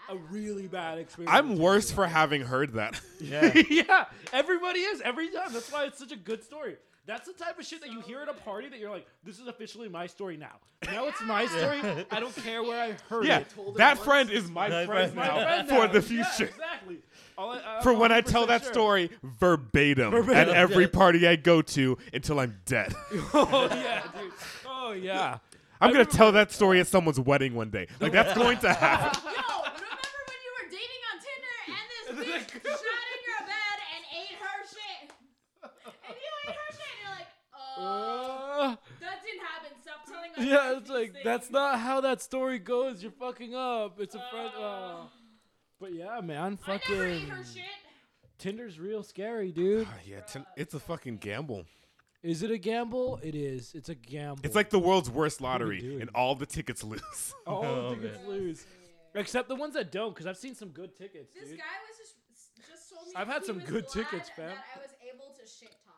S2: a really bad experience.
S1: I'm worse for having heard that.
S4: Yeah.
S2: yeah, everybody is every time. That's why it's such a good story. That's the type of shit that you hear at a party that you're like, this is officially my story now. Now it's my story. I don't care where I heard
S1: yeah,
S2: it.
S3: told it
S1: that
S3: once.
S1: friend is my
S4: My
S1: friend
S4: friend
S2: My
S1: now
S2: friend
S1: for
S2: now.
S1: the
S2: Yeah,
S1: future.
S2: exactly. All I- I'm
S1: For when I tell
S2: 100%
S1: that
S2: sure.
S1: story verbatim, at
S2: Verbatim.
S1: every
S4: Yeah.
S1: party I go to until I'm dead.
S2: Oh yeah, dude. Oh yeah.
S1: I'm gonna tell that story at someone's wedding one day. Like that's going to happen.
S7: Yo, remember when you were dating on Tinder and this bitch shot in your bed and ate her shit? And you ate her shit and you're like, oh,
S2: Uh,
S7: that didn't happen. Stop telling my
S2: yeah,
S7: friends
S2: it's
S7: these
S2: like
S7: things."
S2: that's not how that story goes. You're fucking up. It's a friend.
S7: Uh,
S2: Oh. But yeah, man,
S7: I never ate
S2: fucking
S7: her shit.
S2: Tinder's real scary, dude.
S1: Ah, yeah, tin- it's a fucking gamble.
S2: Is it a gamble? It is. It's a gamble.
S1: It's like the world's worst
S2: doing?
S1: lottery, and all the tickets lose.
S2: all
S4: Oh,
S2: the tickets
S4: man.
S2: lose, except the ones that don't, because I've seen some good tickets,
S7: This
S2: dude.
S7: guy was just just told me.
S2: I've had
S7: he
S2: some
S7: was
S2: good
S7: glad
S2: tickets, fam.
S7: That I was able to shit talk.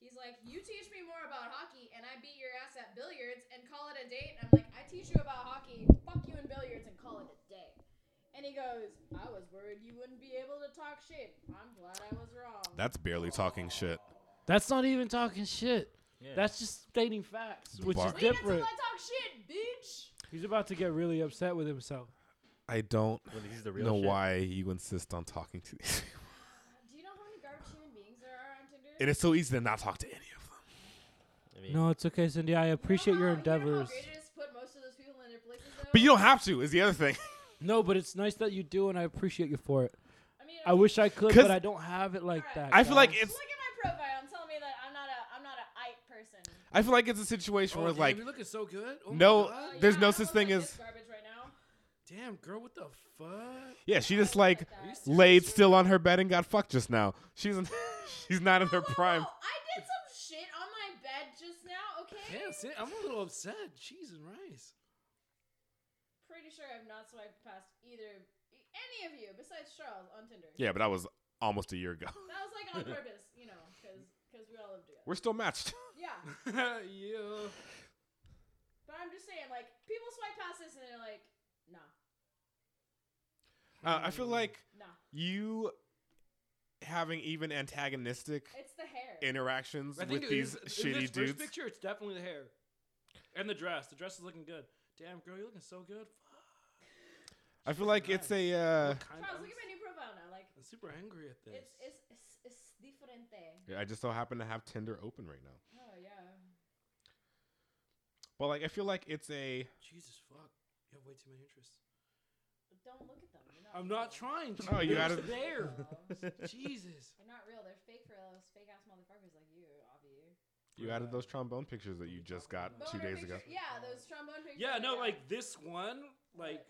S7: He's like, you teach me more about hockey, and I beat your ass at billiards, and call it a date. And I'm like, I teach you about hockey. Fuck you in billiards, and call it a day. And he goes, I was worried you wouldn't be able to talk shit. I'm glad I was wrong.
S1: That's barely talking shit.
S2: That's not even talking shit.
S4: Yeah.
S2: That's just stating facts, which
S1: Bar-
S2: is
S7: Wait
S2: different.
S7: until I talk shit, bitch.
S2: He's about to get really upset with himself.
S1: I don't
S4: when he's the real
S1: know
S4: shit.
S1: why you insist on talking to these. people.
S7: Do you know how many garbage human beings there are on Tinder?
S1: And it's so easy to not talk to any of them.
S4: I mean,
S2: No, it's okay, Cindy. I appreciate your endeavors.
S1: But you don't have to. Is the other thing.
S2: No, but it's nice that you do, and I appreciate you for it.
S7: I, mean,
S2: I wish I could,
S1: 'Cause
S2: but I don't have it like that.
S1: I feel like
S2: guys.
S1: it's.
S7: Look at my profile and tell me that I'm not a I'm not a ite person.
S1: I feel like it's a situation where it's like
S2: you're Oh, looking so good.
S1: my no- God.
S7: Oh,
S1: There's
S7: yeah,
S1: no
S7: I
S1: such
S7: look
S1: thing
S7: like
S1: as-
S7: this garbage right now.
S2: damn girl, what the fuck?
S1: yeah, she just like
S7: Like that.
S1: laid still on her bed and got fucked just now. She's in, she's not in her
S7: Whoa, whoa,
S1: prime.
S7: whoa, I did some shit on my bed just now. Okay.
S2: Damn, Cindy, I'm a little upset. Cheese and rice.
S7: Pretty sure I've not swiped past either e, any of you besides Charles on Tinder.
S1: Yeah, but that was almost a year ago.
S7: That was like on purpose, you know, because we all live together.
S1: We're still matched.
S7: yeah.
S2: yeah.
S7: But I'm just saying, like, people swipe past this and they're like, nah,
S1: Uh, I feel like
S7: nah.
S1: you having even antagonistic
S7: It's the hair.
S1: interactions
S2: I think
S1: with
S2: it
S1: these
S2: is- in
S1: shitty
S2: this
S1: dudes.
S2: First picture, it's definitely the hair and the dress. The dress is looking good. Damn, girl, you're looking so good.
S1: I feel like it's a uh,
S2: Fuck, kind
S7: Charles,
S2: of-
S7: look at my new profile now. Like,
S2: I'm super angry at this.
S7: it's it's it's, it's diferente.
S1: I just so happen to have Tinder open right now.
S7: Oh yeah.
S1: But like I feel like it's a
S2: Jesus fuck, you have way too many interests.
S7: But don't look at them. They're not
S2: I'm
S7: real.
S2: not trying to.
S1: Oh, you
S2: They're
S1: added-
S2: just there.
S4: Oh,
S7: No.
S2: Jesus.
S7: They're not real. They're fake for those fake ass motherfuckers like you, obviously.
S1: you added those trombone pictures that you just got two days ago.
S7: Yeah, those trombone pictures.
S2: Yeah, no, like this one, like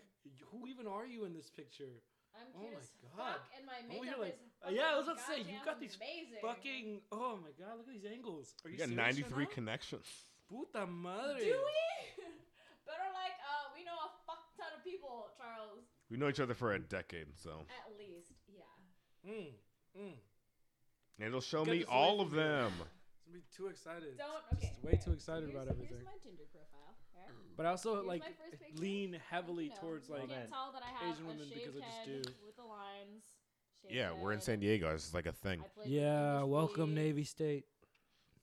S2: who even are you in this picture?
S7: I'm
S2: oh
S7: cute
S2: my
S7: as
S2: God.
S7: fuck, and my
S2: Oh,
S7: makeup
S2: you're
S7: is.
S2: like- yeah, I was about to say,
S7: fucking
S2: you've got these
S7: goddamn amazing.
S2: Fucking oh my god, look at these angles. Are you,
S1: You got
S2: serious right
S1: 93
S2: now?
S1: connections.
S2: Puta madre.
S7: Do we? Better like, uh, we know a fuck ton of people, Charles.
S1: We know each other for a decade, so
S7: At least, yeah.
S2: Mm, mm.
S1: and it'll show
S2: Get
S1: me
S2: this away
S1: all
S2: from
S1: of
S2: me.
S1: them.
S2: I'm be too excited.
S7: Don't.
S2: Just
S7: Okay.
S2: way too
S7: alright, so
S2: excited
S7: here's-
S2: about everything.
S7: Here's my Tinder profile. alright?
S2: But I also
S7: Here's
S2: like
S7: my first picture.
S2: lean heavily
S7: You know,
S2: towards like
S7: you
S4: Moment.
S7: can't tell that I have
S2: Asian
S7: a
S2: women because I
S7: shaved
S2: just
S7: head
S2: do.
S7: with the lines. shaved
S1: Yeah, we're in
S7: head.
S1: San Diego. It's just like a thing.
S7: I played for the
S2: yeah,
S7: English
S2: welcome
S7: league,
S2: Navy State.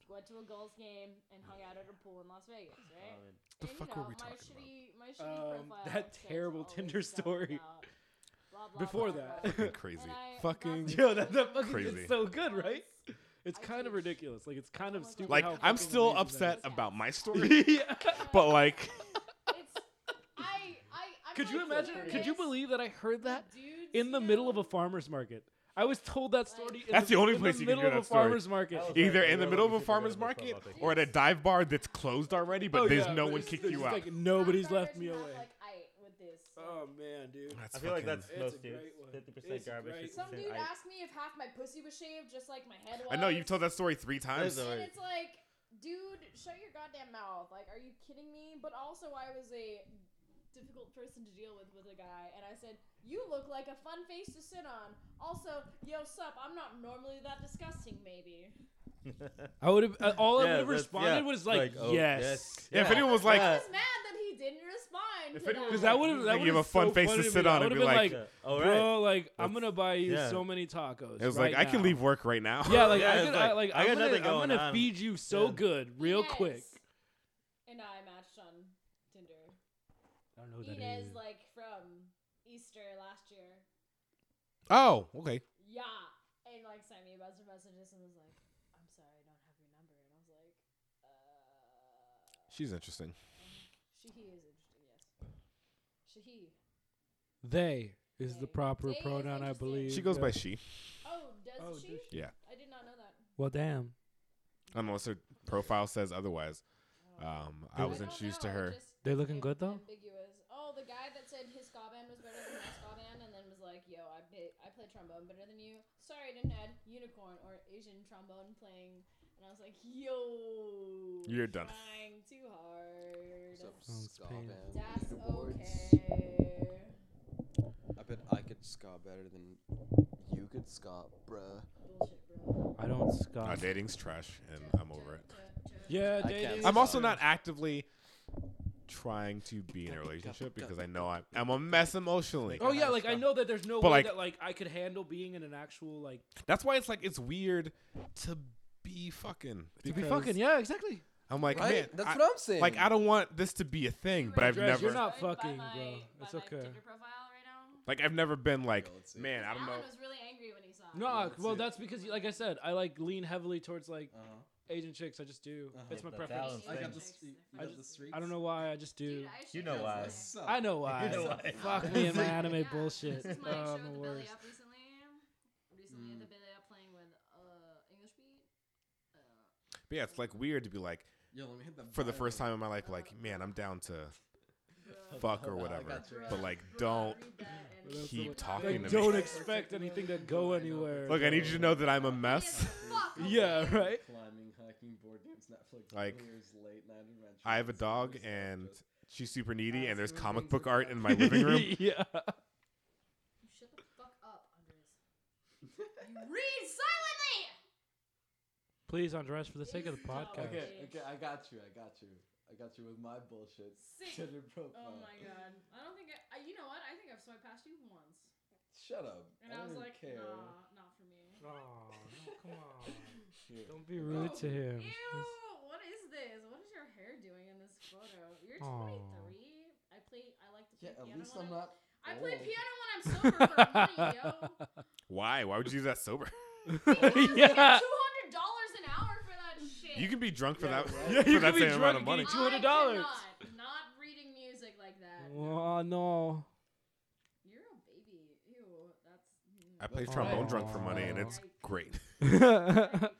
S7: Went to a goals game and hung out at a pool in Las Vegas, right?
S4: um,
S1: The
S7: and,
S1: fuck were
S7: you know,
S1: we
S7: my
S1: talking about?
S7: shitty, My shitty
S2: Uh, Um,
S7: profile
S2: that
S7: says
S2: terrible
S7: all this
S2: Tinder
S7: stuff
S2: story.
S7: about blah, blah,
S2: Before
S7: blah,
S2: that.
S7: blah.
S1: Fucking crazy.
S7: And I
S1: Fucking-
S7: got
S2: Yo, that,
S7: this
S2: that fucking
S1: Crazy.
S2: it's so good, right?
S7: response.
S2: It's
S7: I
S2: kind of
S7: teach-
S2: ridiculous. Like it's kind
S7: Oh
S2: of
S7: my God.
S2: stupid.
S1: Like
S2: how
S1: I'm
S2: fucking
S1: still
S2: amazing
S1: upset
S7: that is.
S1: about my story,
S2: that is. yeah.
S1: but like
S7: It's, I, I, I'm
S2: Could you
S7: like
S2: imagine? Could you
S7: furious.
S2: believe that I heard that
S7: Dudes,
S2: in the
S7: you
S2: middle of
S7: know,
S2: a farmer's market? I was told that story. in
S1: That's the only
S2: in
S1: place you can
S2: middle
S1: hear
S2: of
S1: that
S2: a
S1: story.
S2: farmer's market.
S4: That was
S1: either
S4: like
S1: in the
S4: real
S1: middle of a
S4: Instagram
S1: farmer's
S4: profile
S1: market
S4: picture.
S1: or at a dive bar that's closed already, but
S2: Oh,
S1: there's
S2: yeah,
S1: no
S2: but
S1: one
S2: it's-
S1: kicked
S2: it's
S1: you
S2: just
S1: out.
S2: Like nobody's
S7: Tom
S2: left me
S7: Brady is not,
S2: away.
S7: Like, I with this.
S2: Oh man, dude.
S1: That's
S4: I feel like
S1: fucking-
S4: that's
S2: It's
S4: most
S2: a
S4: dudes.
S2: great one.
S4: Fifty percent
S2: It's a
S4: garbage.
S2: great one.
S4: 50%
S7: Some dude
S4: I-
S7: asked me if half my pussy was shaved, just like my head was.
S1: I know you've told that story three times.
S4: There's a-
S7: And it's like, dude, shut your goddamn mouth. Like, are you kidding me? But also, I was a difficult person to deal with with a guy, and I said, "You look like a fun face to sit on." Also, yo, sup? I'm not normally that disgusting, maybe.
S2: I would have. Uh, all I would
S4: Yeah,
S2: have
S4: that's-
S2: responded
S4: yeah.
S2: was like,
S4: oh,
S2: yes.
S1: Yeah, if anyone was like,
S7: I
S4: Yeah.
S7: was mad that he didn't respond mind.
S1: If
S7: to
S1: anyone
S7: that.
S1: was
S2: Because that would have
S1: Like,
S2: that
S1: you have
S2: been
S1: a fun
S2: so
S1: face
S2: funny
S1: to
S2: me.
S1: sit
S2: I
S1: on and
S2: would've
S1: be
S2: been
S1: like,
S4: All right.
S2: bro, like I'm gonna buy you
S4: yeah.
S2: so many tacos.
S1: It was
S2: right
S1: like I
S2: now."
S1: can leave work right now.
S2: Yeah, like
S4: Yeah,
S2: I
S4: it's
S2: could,
S4: like,
S2: I, like
S4: I
S2: I'm
S4: got
S2: gonna,
S4: nothing
S2: I'm
S4: going
S2: gonna
S4: on.
S2: feed you so
S4: Yeah.
S2: good, real
S7: Inez
S2: quick.
S7: And I matched on Tinder.
S2: I don't know who Oh, that
S7: Inez,
S2: is.
S7: like from Easter last year.
S1: Oh, okay.
S7: Yeah. And like sent me a bunch of messages and was like, I'm sorry, I don't have your number. And I was like, uh,
S1: She's interesting.
S7: she, he is interesting, yes. She, he.
S2: They is the
S7: They.
S2: proper
S7: They is
S2: pronoun, I
S7: interesting.
S2: believe.
S1: She goes
S2: yeah.
S1: by she.
S7: Oh, does
S2: Oh,
S7: she?
S2: does
S1: she? Yeah.
S7: I did not know that.
S2: Well, damn.
S1: Unless her profile says otherwise.
S7: Oh.
S1: Um, I
S2: They-
S1: was
S7: don't
S1: introduced to
S7: know,
S1: her.
S7: just
S2: They looking
S7: am-
S2: good, though?
S7: Ambiguous. Oh, the guy that said his ska band was better than my ska band, and then was like, "Yo, I play, I play trombone better than you." Sorry, I didn't add unicorn or Asian trombone playing. And I was like, "Yo,
S1: You're done.
S7: Trying too hard.
S3: What's up,
S2: Oh, it's
S3: ska
S2: pain.
S3: band?
S7: That's
S3: Awards.
S7: okay."
S3: I bet I could ska better than you could ska, bruh.
S7: Bullshit, bro.
S6: I don't
S1: Uh,
S6: scoff.
S1: dating's trash, and I'm over it.
S2: Yeah,
S3: I can't
S2: dating.
S1: I'm
S3: Sorry.
S1: also not actively trying to be in a relationship because I know I'm, I'm a mess emotionally.
S2: Oh yeah, like I know that there's no
S1: But,
S2: way
S1: like-
S2: that like I could handle being in an actual like
S1: That's why it's like it's weird to be fucking.
S2: to be
S1: because
S2: fucking. Yeah, exactly.
S1: I'm like,
S3: Right?
S1: man,
S3: That's
S1: I-
S3: what I'm saying.
S1: like I don't want this to be a thing, but I've
S2: Dress,
S1: never
S2: you're not fucking,
S7: by my,
S2: bro. It's
S7: by my
S2: okay.
S7: Tinder profile right now.
S1: like I've never been like,
S3: Yo, let's see.
S1: man, I don't know.
S7: Alan was really angry when he saw. it.
S2: No,
S3: that's
S2: well
S3: it.
S2: that's because like I said, I like lean heavily towards like
S3: Uh-huh.
S2: Asian chicks. I just do.
S3: Uh-huh.
S2: It's my
S4: The
S2: preference.
S4: balance
S7: Asian
S3: I got the,
S7: chicks.
S3: street.
S2: I
S3: got the
S2: just-
S3: streaks.
S2: I don't know why. I just do.
S7: Dude, I
S4: You
S7: should
S4: know
S7: have
S4: why.
S7: done
S3: That
S4: I
S7: this.
S3: sucks.
S2: I know why.
S4: know
S2: Fuck
S4: why.
S2: Fuck me and my anime
S7: Yeah,
S2: bullshit.
S7: This is my
S2: Oh, I'm
S7: show with
S2: the
S7: the Billy
S2: worst.
S7: Up recently. Recently
S3: Mm.
S7: at the Billy Up playing with uh, English beat. Uh,
S1: But yeah, it's like weird to be like
S3: Yo, let me hit that
S1: for the
S3: vibe.
S1: first time in my life, like man, I'm down to
S7: Uh, bruh,
S1: fuck or
S3: I
S1: whatever,
S3: got you.
S1: but like
S7: bruh,
S1: don't
S7: read that and-
S2: That's
S1: keep
S2: what-
S1: talking
S2: Like,
S1: to me.
S2: don't expect anything to go anywhere.
S1: Look, I need you to know that I'm a
S7: Yes,
S1: mess.
S7: fuck away.
S2: Yeah, right.
S6: Climbing, hiking, board games, Netflix,
S1: Like,
S6: billiards, late night adventures.
S1: I have a dog
S6: Just-
S1: and
S6: just-
S1: she's super needy, and there's
S6: Ask
S1: comic
S6: me
S1: book
S6: things
S1: art
S6: about-
S1: in my living room.
S2: yeah.
S7: You Shut the fuck up, Andres. You read silently.
S2: Please undress for the sake of the podcast.
S7: Okay.
S6: Okay, okay, I got you, I got you, I got you with my bullshit.
S7: Sick.
S6: Tinder profile.
S7: Oh my god. I don't think I, I. You know what? I think I've swiped past you once,
S6: Shut up.
S7: and
S6: I,
S7: I,
S6: don't
S7: was
S6: even
S7: like,
S6: care.
S7: nah, not for me.
S2: Oh, come on.
S6: Here.
S2: Don't be rude to
S7: Oh,
S2: him.
S7: Ew!
S2: That's-
S7: What is this? What is your hair doing in this photo? You're
S2: Aw.
S7: 23. I play. I like to
S6: Yeah,
S7: play
S6: at
S7: piano.
S6: least
S7: when
S6: I'm not.
S7: I play
S6: old.
S7: piano when I'm sober for money, yo.
S1: Why? Why would you do that sober?
S2: yeah.
S7: Two hundred dollars an hour for that shit.
S1: You can be drunk for
S6: Yeah,
S1: that
S6: right. Yeah,
S1: for
S2: you
S1: that
S2: could be
S1: same amount
S2: drunk
S1: of
S2: and
S1: money.
S2: get $200.
S7: I cannot. Not reading music like that.
S2: Oh no.
S7: You're a baby. Ew. That's. mm.
S1: I play
S2: That's
S1: trombone
S2: right.
S1: drunk for money, and it's
S7: Like-
S1: great.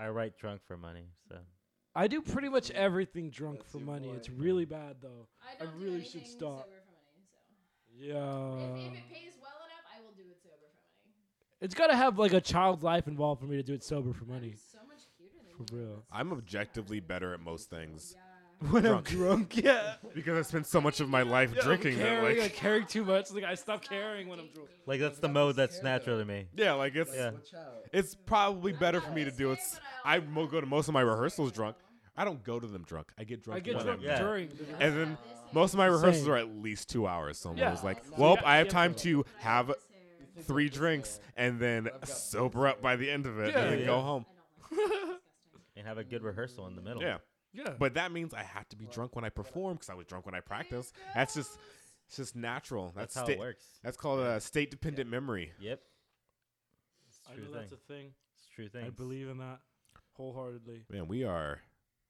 S4: I write drunk for money, so
S2: I do pretty much everything drunk
S6: That's
S2: for
S6: your
S2: money.
S6: boy.
S2: It's really bad though.
S7: I don't do
S2: really should
S7: anything
S2: stop. Um,
S7: Sober for money, so.
S2: Yeah.
S7: if, if it pays well enough, I will do it sober for money.
S2: It's gotta have like a child life involved for me to do it sober for money.
S7: I'm so much cuter than
S2: For
S7: you.
S2: real.
S7: That's
S1: I'm
S7: so
S1: objectively
S7: sad.
S1: better at most things
S7: Yeah.
S2: When
S1: I'm
S2: drunk, yeah.
S1: because I spent so much of my life
S2: Yeah,
S1: drinking that
S2: caring, I
S1: like
S2: carry too much. Like I
S7: Let's
S2: stop
S7: not
S2: caring when I'm
S7: date
S2: drunk.
S7: me.
S4: like that's the
S6: that
S4: mode
S6: was
S4: that's
S6: scary,
S4: natural
S6: though.
S4: to me.
S1: yeah, like it's
S4: Yeah.
S6: Watch out.
S1: it's probably
S7: I'm
S1: better
S7: not
S1: for me to
S7: really
S1: do it.
S7: scared,
S1: s-
S7: but I
S1: I
S7: also
S1: will
S7: don't
S1: go to most of my
S7: care.
S1: rehearsals drunk. I don't go to them drunk. I get
S2: I
S1: drunk.
S2: get
S1: when
S2: drunk
S1: I'm
S4: Yeah.
S2: during.
S7: Yeah,
S1: And then
S7: this hair.
S1: Most of my rehearsals
S2: Same.
S1: are at least two hours. So I'm
S2: Yeah.
S1: always like,
S6: No,
S1: well,
S2: you
S1: I have
S2: gotta
S1: time
S2: get
S1: to
S7: But I
S1: have
S7: this hair.
S6: You think
S1: three
S6: I'm just
S1: drinks
S6: gonna-
S1: and then
S6: I've got
S1: sober up by the end of it
S2: Yeah.
S1: and then
S4: Yeah.
S1: go home.
S7: I don't like it. It's disgusting.
S4: And have a good rehearsal in the middle.
S1: Yeah.
S2: Yeah.
S1: But that means I have to be drunk when I perform because I was drunk when I practiced. That's just it's just natural. That's,
S4: that's how
S1: state,
S4: it works.
S1: That's called uh, state dependent memory.
S4: Yep, it's
S2: I
S4: true
S2: know
S4: thing.
S2: that's a thing.
S4: it's true thing.
S2: I believe in that wholeheartedly.
S1: Man, we are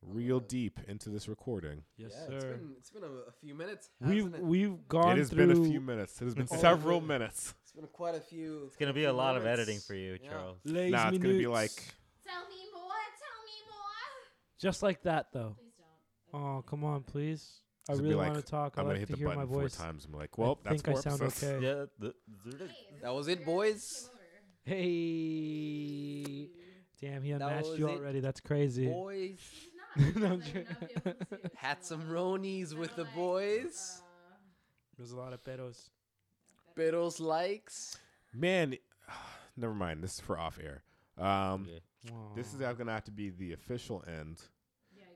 S1: real deep into this recording.
S2: Yes,
S6: yeah, It's
S2: sir.
S6: been, it's been a, a few minutes.
S2: We've
S6: hasn't it?
S2: we've gone
S1: it has
S2: through
S1: been a few minutes. It has been
S6: Oh,
S1: several
S6: yeah.
S1: minutes.
S6: It's been quite a few.
S4: It's gonna be a lot of
S6: moments.
S4: editing for you,
S6: Yeah.
S4: Charles.
S2: lays
S1: Now it's gonna be
S2: minutes.
S1: like
S7: Tell me more. Tell me more.
S2: just like that though.
S7: Please don't.
S2: Oh come on, please. I
S1: It's gonna be
S2: really
S1: like,
S2: want to talk. I
S1: I'm gonna
S2: like
S1: hit
S2: to
S1: the
S2: hear my
S1: button four
S2: voice.
S1: times. I'm like, well,
S2: I
S1: that's
S2: think I
S1: four
S2: sound
S1: episodes.
S2: okay.
S4: Yeah. th-
S7: Hey,
S3: That was
S7: this
S3: it,
S7: girl
S3: boys.
S7: came over.
S2: Hey, damn, he unmatched
S3: was
S2: you
S3: it,
S2: already. That's crazy.
S3: Boys.
S7: She's not. because
S2: No,
S7: I
S2: I'm
S7: would
S2: joking.
S7: not be able to see it.
S3: Had
S7: So,
S3: some ronies
S7: kinda
S3: with the
S7: like,
S3: boys.
S7: uh,
S2: There's a lot of pedos.
S3: Biddles likes.
S1: Man, never mind. This is for off air. Um,
S4: Okay.
S1: This is gonna have to be the official end
S7: yike.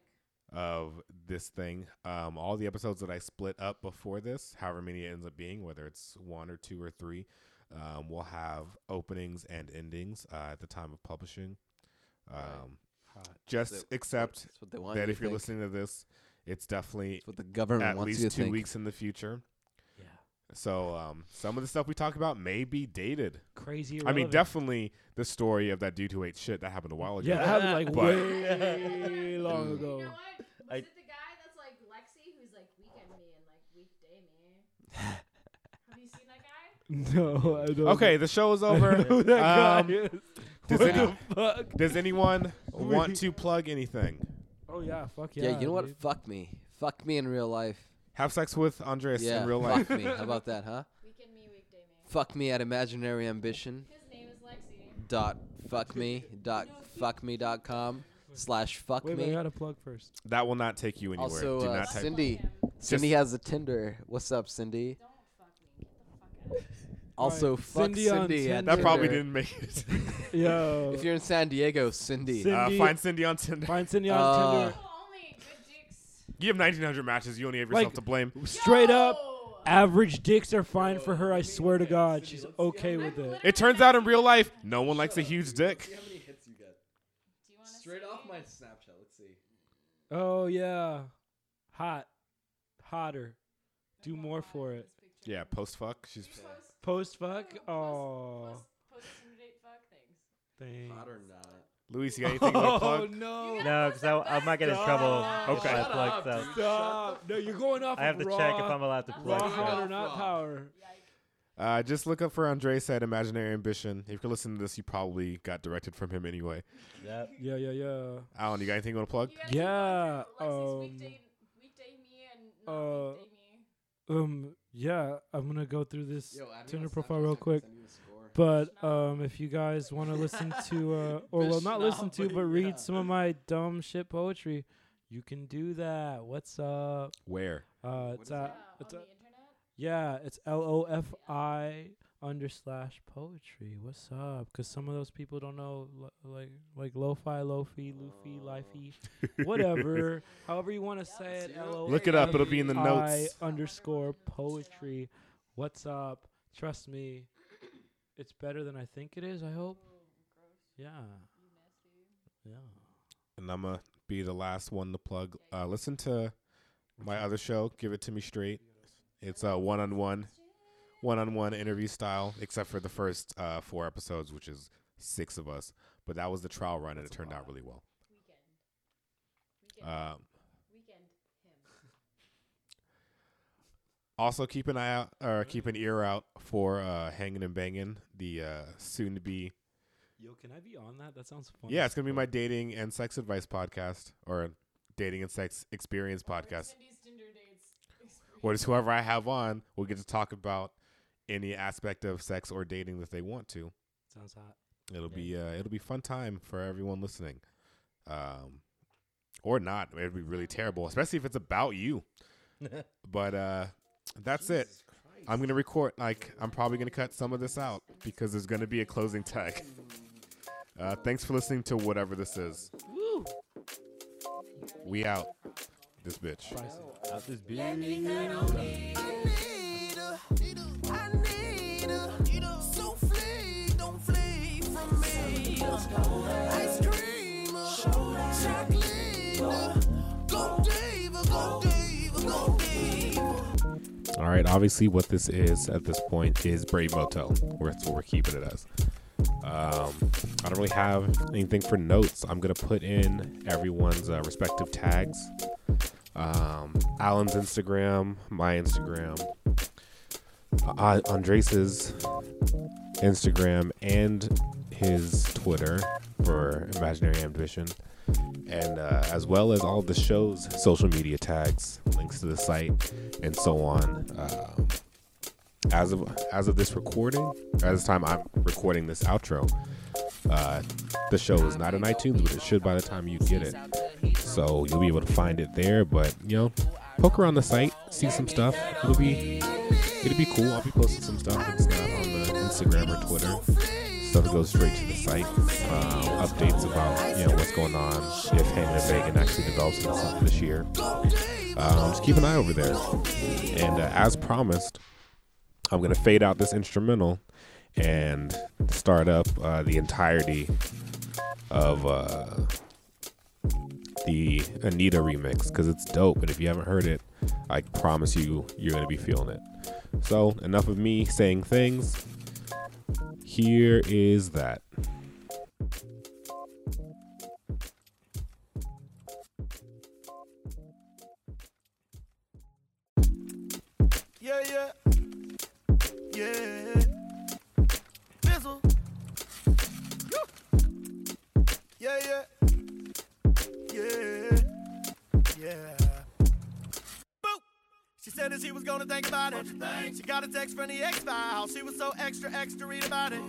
S1: of this thing. Um, all the episodes that I split up before this, however many it ends up being, whether it's one or two or three, um, will have openings and endings uh, at the time of publishing. Um,
S3: Right.
S1: Just
S3: That's
S1: accept
S3: That's what they want.
S1: that
S3: you
S1: if
S3: to
S1: you're
S3: think.
S1: listening to this, it's definitely
S3: That's what the government
S1: at
S3: wants
S1: least two
S3: you to think.
S1: weeks in the future.
S2: Yeah.
S1: So um, some of the stuff we talk about may be dated. I
S2: Crazy.
S1: mean,
S2: irrelevant.
S1: definitely the story of that dude who ate shit that happened a while ago.
S2: Yeah, that happened like
S1: But-
S2: way long
S7: You know
S2: ago.
S7: what? Was
S4: I-
S7: it the guy that's like Lexi who's like weekend me and like weekday me? Have you seen that guy?
S2: No, I don't.
S1: Okay, the show is over.
S2: Who that guy
S1: Um,
S2: is.
S1: does,
S2: what
S1: any-
S2: the fuck?
S1: does anyone want to plug anything?
S2: Oh yeah, fuck yeah.
S3: Yeah, you know what?
S2: dude.
S3: Fuck me. Fuck me in real life.
S1: Have sex with Andreas
S3: yeah,
S1: in real life.
S3: fuck me. How about that, huh?
S7: Weekend me, weekday me.
S3: Fuck me at imaginary ambition
S7: His name is Lexi.
S3: dot fuck me dot fuck me dot com slash fuck
S2: Wait, but I
S3: me.
S2: gotta plug first.
S1: That will not take you anywhere.
S3: Also,
S1: Do
S3: uh,
S1: not
S7: Don't
S1: type.
S3: Cindy-
S7: fuck him.
S3: Cindy has a Tinder. What's up, Cindy?
S7: Don't fuck me. Get the fuck out. of here.
S3: Also,
S2: Alright,
S3: fuck
S2: Cindy
S3: Cindy.
S2: on
S3: at
S1: That
S2: Tinder.
S1: probably
S3: Tinder.
S1: didn't make it.
S2: Yo,
S3: If you're in San Diego, Cindy.
S2: Cindy-
S1: Uh, find Cindy on Tinder.
S2: find Cindy on
S3: Uh,
S2: Tinder.
S7: People only good dicks.
S1: You have 1,900 matches. You only have yourself
S2: Like-
S1: to blame.
S2: Straight up,
S7: Yo!
S2: average dicks are fine for her. I swear to God, she's okay
S7: I'm
S2: with it.
S7: literally
S1: It turns out in
S7: asking-
S1: real life, no one likes a huge dick.
S6: how many hits you get.
S7: Do you wanna
S6: Straight
S7: see?
S6: off my Snapchat. Let's see.
S2: Oh yeah, hot, hotter. Do
S7: Don't
S2: more
S7: lie,
S2: for it.
S7: this picture.
S1: Yeah, post fuck. She's
S7: You post-
S2: Post fuck.
S7: post-
S2: Oh,
S7: post- post intimidate fuck things.
S2: thanks.
S6: Hot or not.
S1: Luis. You got anything you want to
S2: Oh
S1: plug?
S2: no.
S7: You
S4: No, because I, I might get in trouble. if I
S1: Okay.
S4: plug
S6: Shut up,
S4: stuff.
S6: dude.
S2: Stop. No, you're going off.
S4: I have to
S2: of
S4: check if
S2: raw-
S4: I'm allowed to
S7: I'm
S2: raw
S4: plug.
S7: Fuck
S2: hot
S7: off,
S2: or not
S6: raw.
S2: power.
S7: Yikes.
S1: Uh, just look up for Andres at Imaginary Ambition. If you're listening to this, you probably got directed from him anyway.
S4: Yep.
S2: Yeah, yeah, yeah.
S1: Alan, you got anything you want to plug?
S7: You gotta keep
S2: Yeah,
S7: going through Lexi's
S2: um,
S7: weekday, weekday me and not
S2: uh,
S7: weekday me.
S2: Um, yeah, I'm gonna go through this
S6: Yo, add me
S2: Tinder
S6: on
S2: profile
S6: Snapchat
S2: real
S6: so I can
S2: quick.
S6: send you a score.
S2: But um, if you guys want to listen to, uh, or well, not listen to, but
S6: Bishnabba, yeah.
S2: read some of my dumb shit poetry, you can do that. What's up?
S1: Where?
S2: Uh, it's
S7: Yeah,
S2: at,
S7: on
S2: it's
S7: the
S2: at,
S7: internet.
S2: yeah, it's L O F I under slash poetry. What's up? Because some of those people don't know, lo- like like lo-fi, lo-fi, loofy, lifey, whatever.
S7: Oh,
S2: However you want to say it.
S6: See
S2: L O
S1: Look it up. It'll be in the
S2: I
S1: notes.
S2: underscore poetry. What's up? Trust me, it's better than I think it is. I hope. Yeah. Yeah.
S1: And I'm going to be the last one to plug. Uh, listen to my other show, Give It To Me Straight. It's a one on one, one on one interview style, except for the first uh, four episodes, which is six of us. But that was the trial run, and it turned out really well.
S7: Weekend. Weekend.
S1: Uh,
S7: weekend. Him.
S1: Also, keep an eye out or keep an ear out for uh, "Hanging and Banging," the uh, soon-to-be.
S2: Yo, can I be on that? That sounds fun.
S1: Yeah, it's gonna be my dating and sex advice podcast, or dating and sex experience
S7: Or
S1: podcast,
S7: Cindy's Tinder dates.
S1: or just whoever I have on will get to talk about any aspect of sex or dating that they want to.
S2: Sounds hot.
S1: It'll
S4: Yeah.
S1: be uh, it'll be fun time for everyone listening, um, or not. It'd be really terrible, especially if it's about you. but uh, that's it. I'm gonna record. Like I'm probably gonna cut some of this out because there's gonna be a closing tag. Uh, thanks for listening to whatever this is. We out. This bitch.
S4: Out this beat.
S9: uh,
S1: All right. Obviously, what this is at this point is Brave Motel. Where that's what we're keeping it as. Um, I don't really have anything for notes. I'm gonna put in everyone's uh, respective tags. Um, Alan's Instagram, my Instagram, uh, Andres's Instagram, and his Twitter for Imaginary Ambition, and uh, as well as all the show's social media tags, links to the site, and so on. Um, as of as of this recording, as the time I'm recording this outro, uh, the show is not in iTunes, but it should by the time you get it. So you'll be able to find it there. But you know, poke around the site, see some stuff. It'll be it'll be cool. I'll be posting some stuff that's not on the Instagram or Twitter. stuff goes straight to the site. Um, updates about you know what's going on, if Hannah Bacon actually develops in the season this year. Um, just keep an eye over there. And uh, as promised, I'm gonna fade out this instrumental and start up uh, the entirety of uh, the Anita remix because it's dope. And if you haven't heard it, I promise you, you're gonna be feeling it. So enough of me saying things. Here is that.
S9: Yeah, yeah. Yeah. Bizzle. Yoo. Yeah, yeah. Yeah. Yeah. Boop. She said that she was gonna think about it. She got a text from the ex file. She was so extra, extra read about it.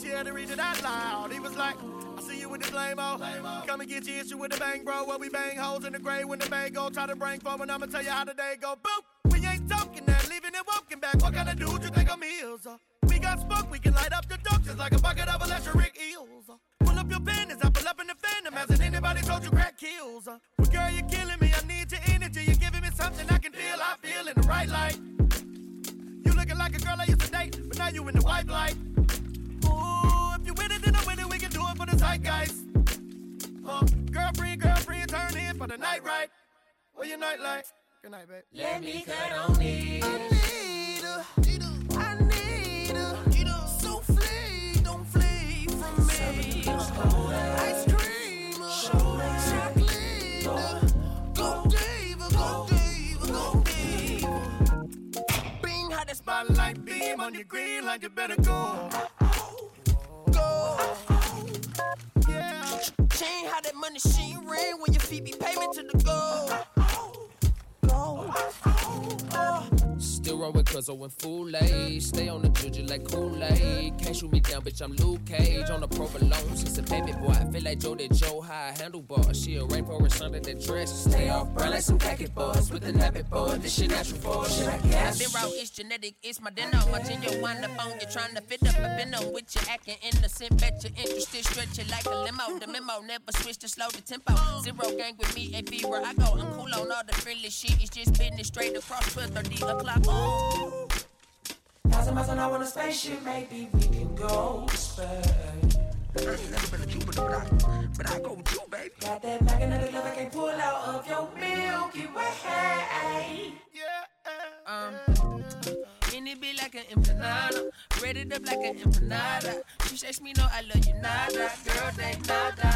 S9: She had to read it out loud. He was like, I see you with this lame-o. Come and get your issue with the bang, bro. Where we bang holes in the grave when the bang go. Try to bring forward, I'ma tell you how the day go. Boop! We ain't talking now, leaving and walking back. What kind of dude you think I'm heels? Uh? We got smoke, we can light up the dark just like a bucket of electric eels. Uh? Pull up your panties, I pull up in the phantom. Hasn't anybody told you crack kills? Uh? Well, girl, you're killing me. I need your energy. You're giving me something I can feel. I feel in the right light. You looking like a girl I used to date, but now you in the white light. Ooh, if you win it, then I win it. We can do it for the zeitgeist. Uh, girlfriend, girlfriend, turn in for the night right. Or your night light. Good night, babe. Let me cut on it. I need her. I need her. So flee, don't flee from me. Ice cream. Chocolate. Go diva, go diva, go diva. Being hot as spotlight beam on your green light, you better go. Go. Yeah. She ain't how that money she ring when your feet be payment to the go. Go.
S3: Still roll with Cuzzo and Foolay. Stay on the juju like Kool-Aid. Can't shoot me down, bitch, I'm Luke Cage. On the provolone, she said, baby boy, I feel like Joe did Joe high handlebar. She a rainforest under that dress. Stay off brand like some packet boys with the nappy boy. This shit natural for shit I guess.
S9: Been raw, it's genetic, it's my dinner. Watching your wind up on you, trying to fit up a venom with you, acting innocent. Bet you're interested, stretch it like a limo. The memo never switch to slow the tempo. Zero gang with me, AP where I go. I'm cool on all the friendly shit. It's just business straight across 12 30 o'clock. Ooh. Thousand miles an hour on a spaceship, maybe we can go to space. I ain't never been to Cuba, but I, but I go with you, baby. Got that magnetic love I can't pull out of your Milky Way. Yeah. Um. And it be like an empanada, breaded up like an empanada. She shakes me, no, I love you, nada. Girl, they nada.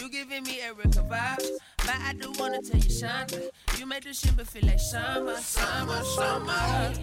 S9: You giving me Erica vibes, but I do wanna tell you, Shonda. You make this shit but feel like summer, summer, summer.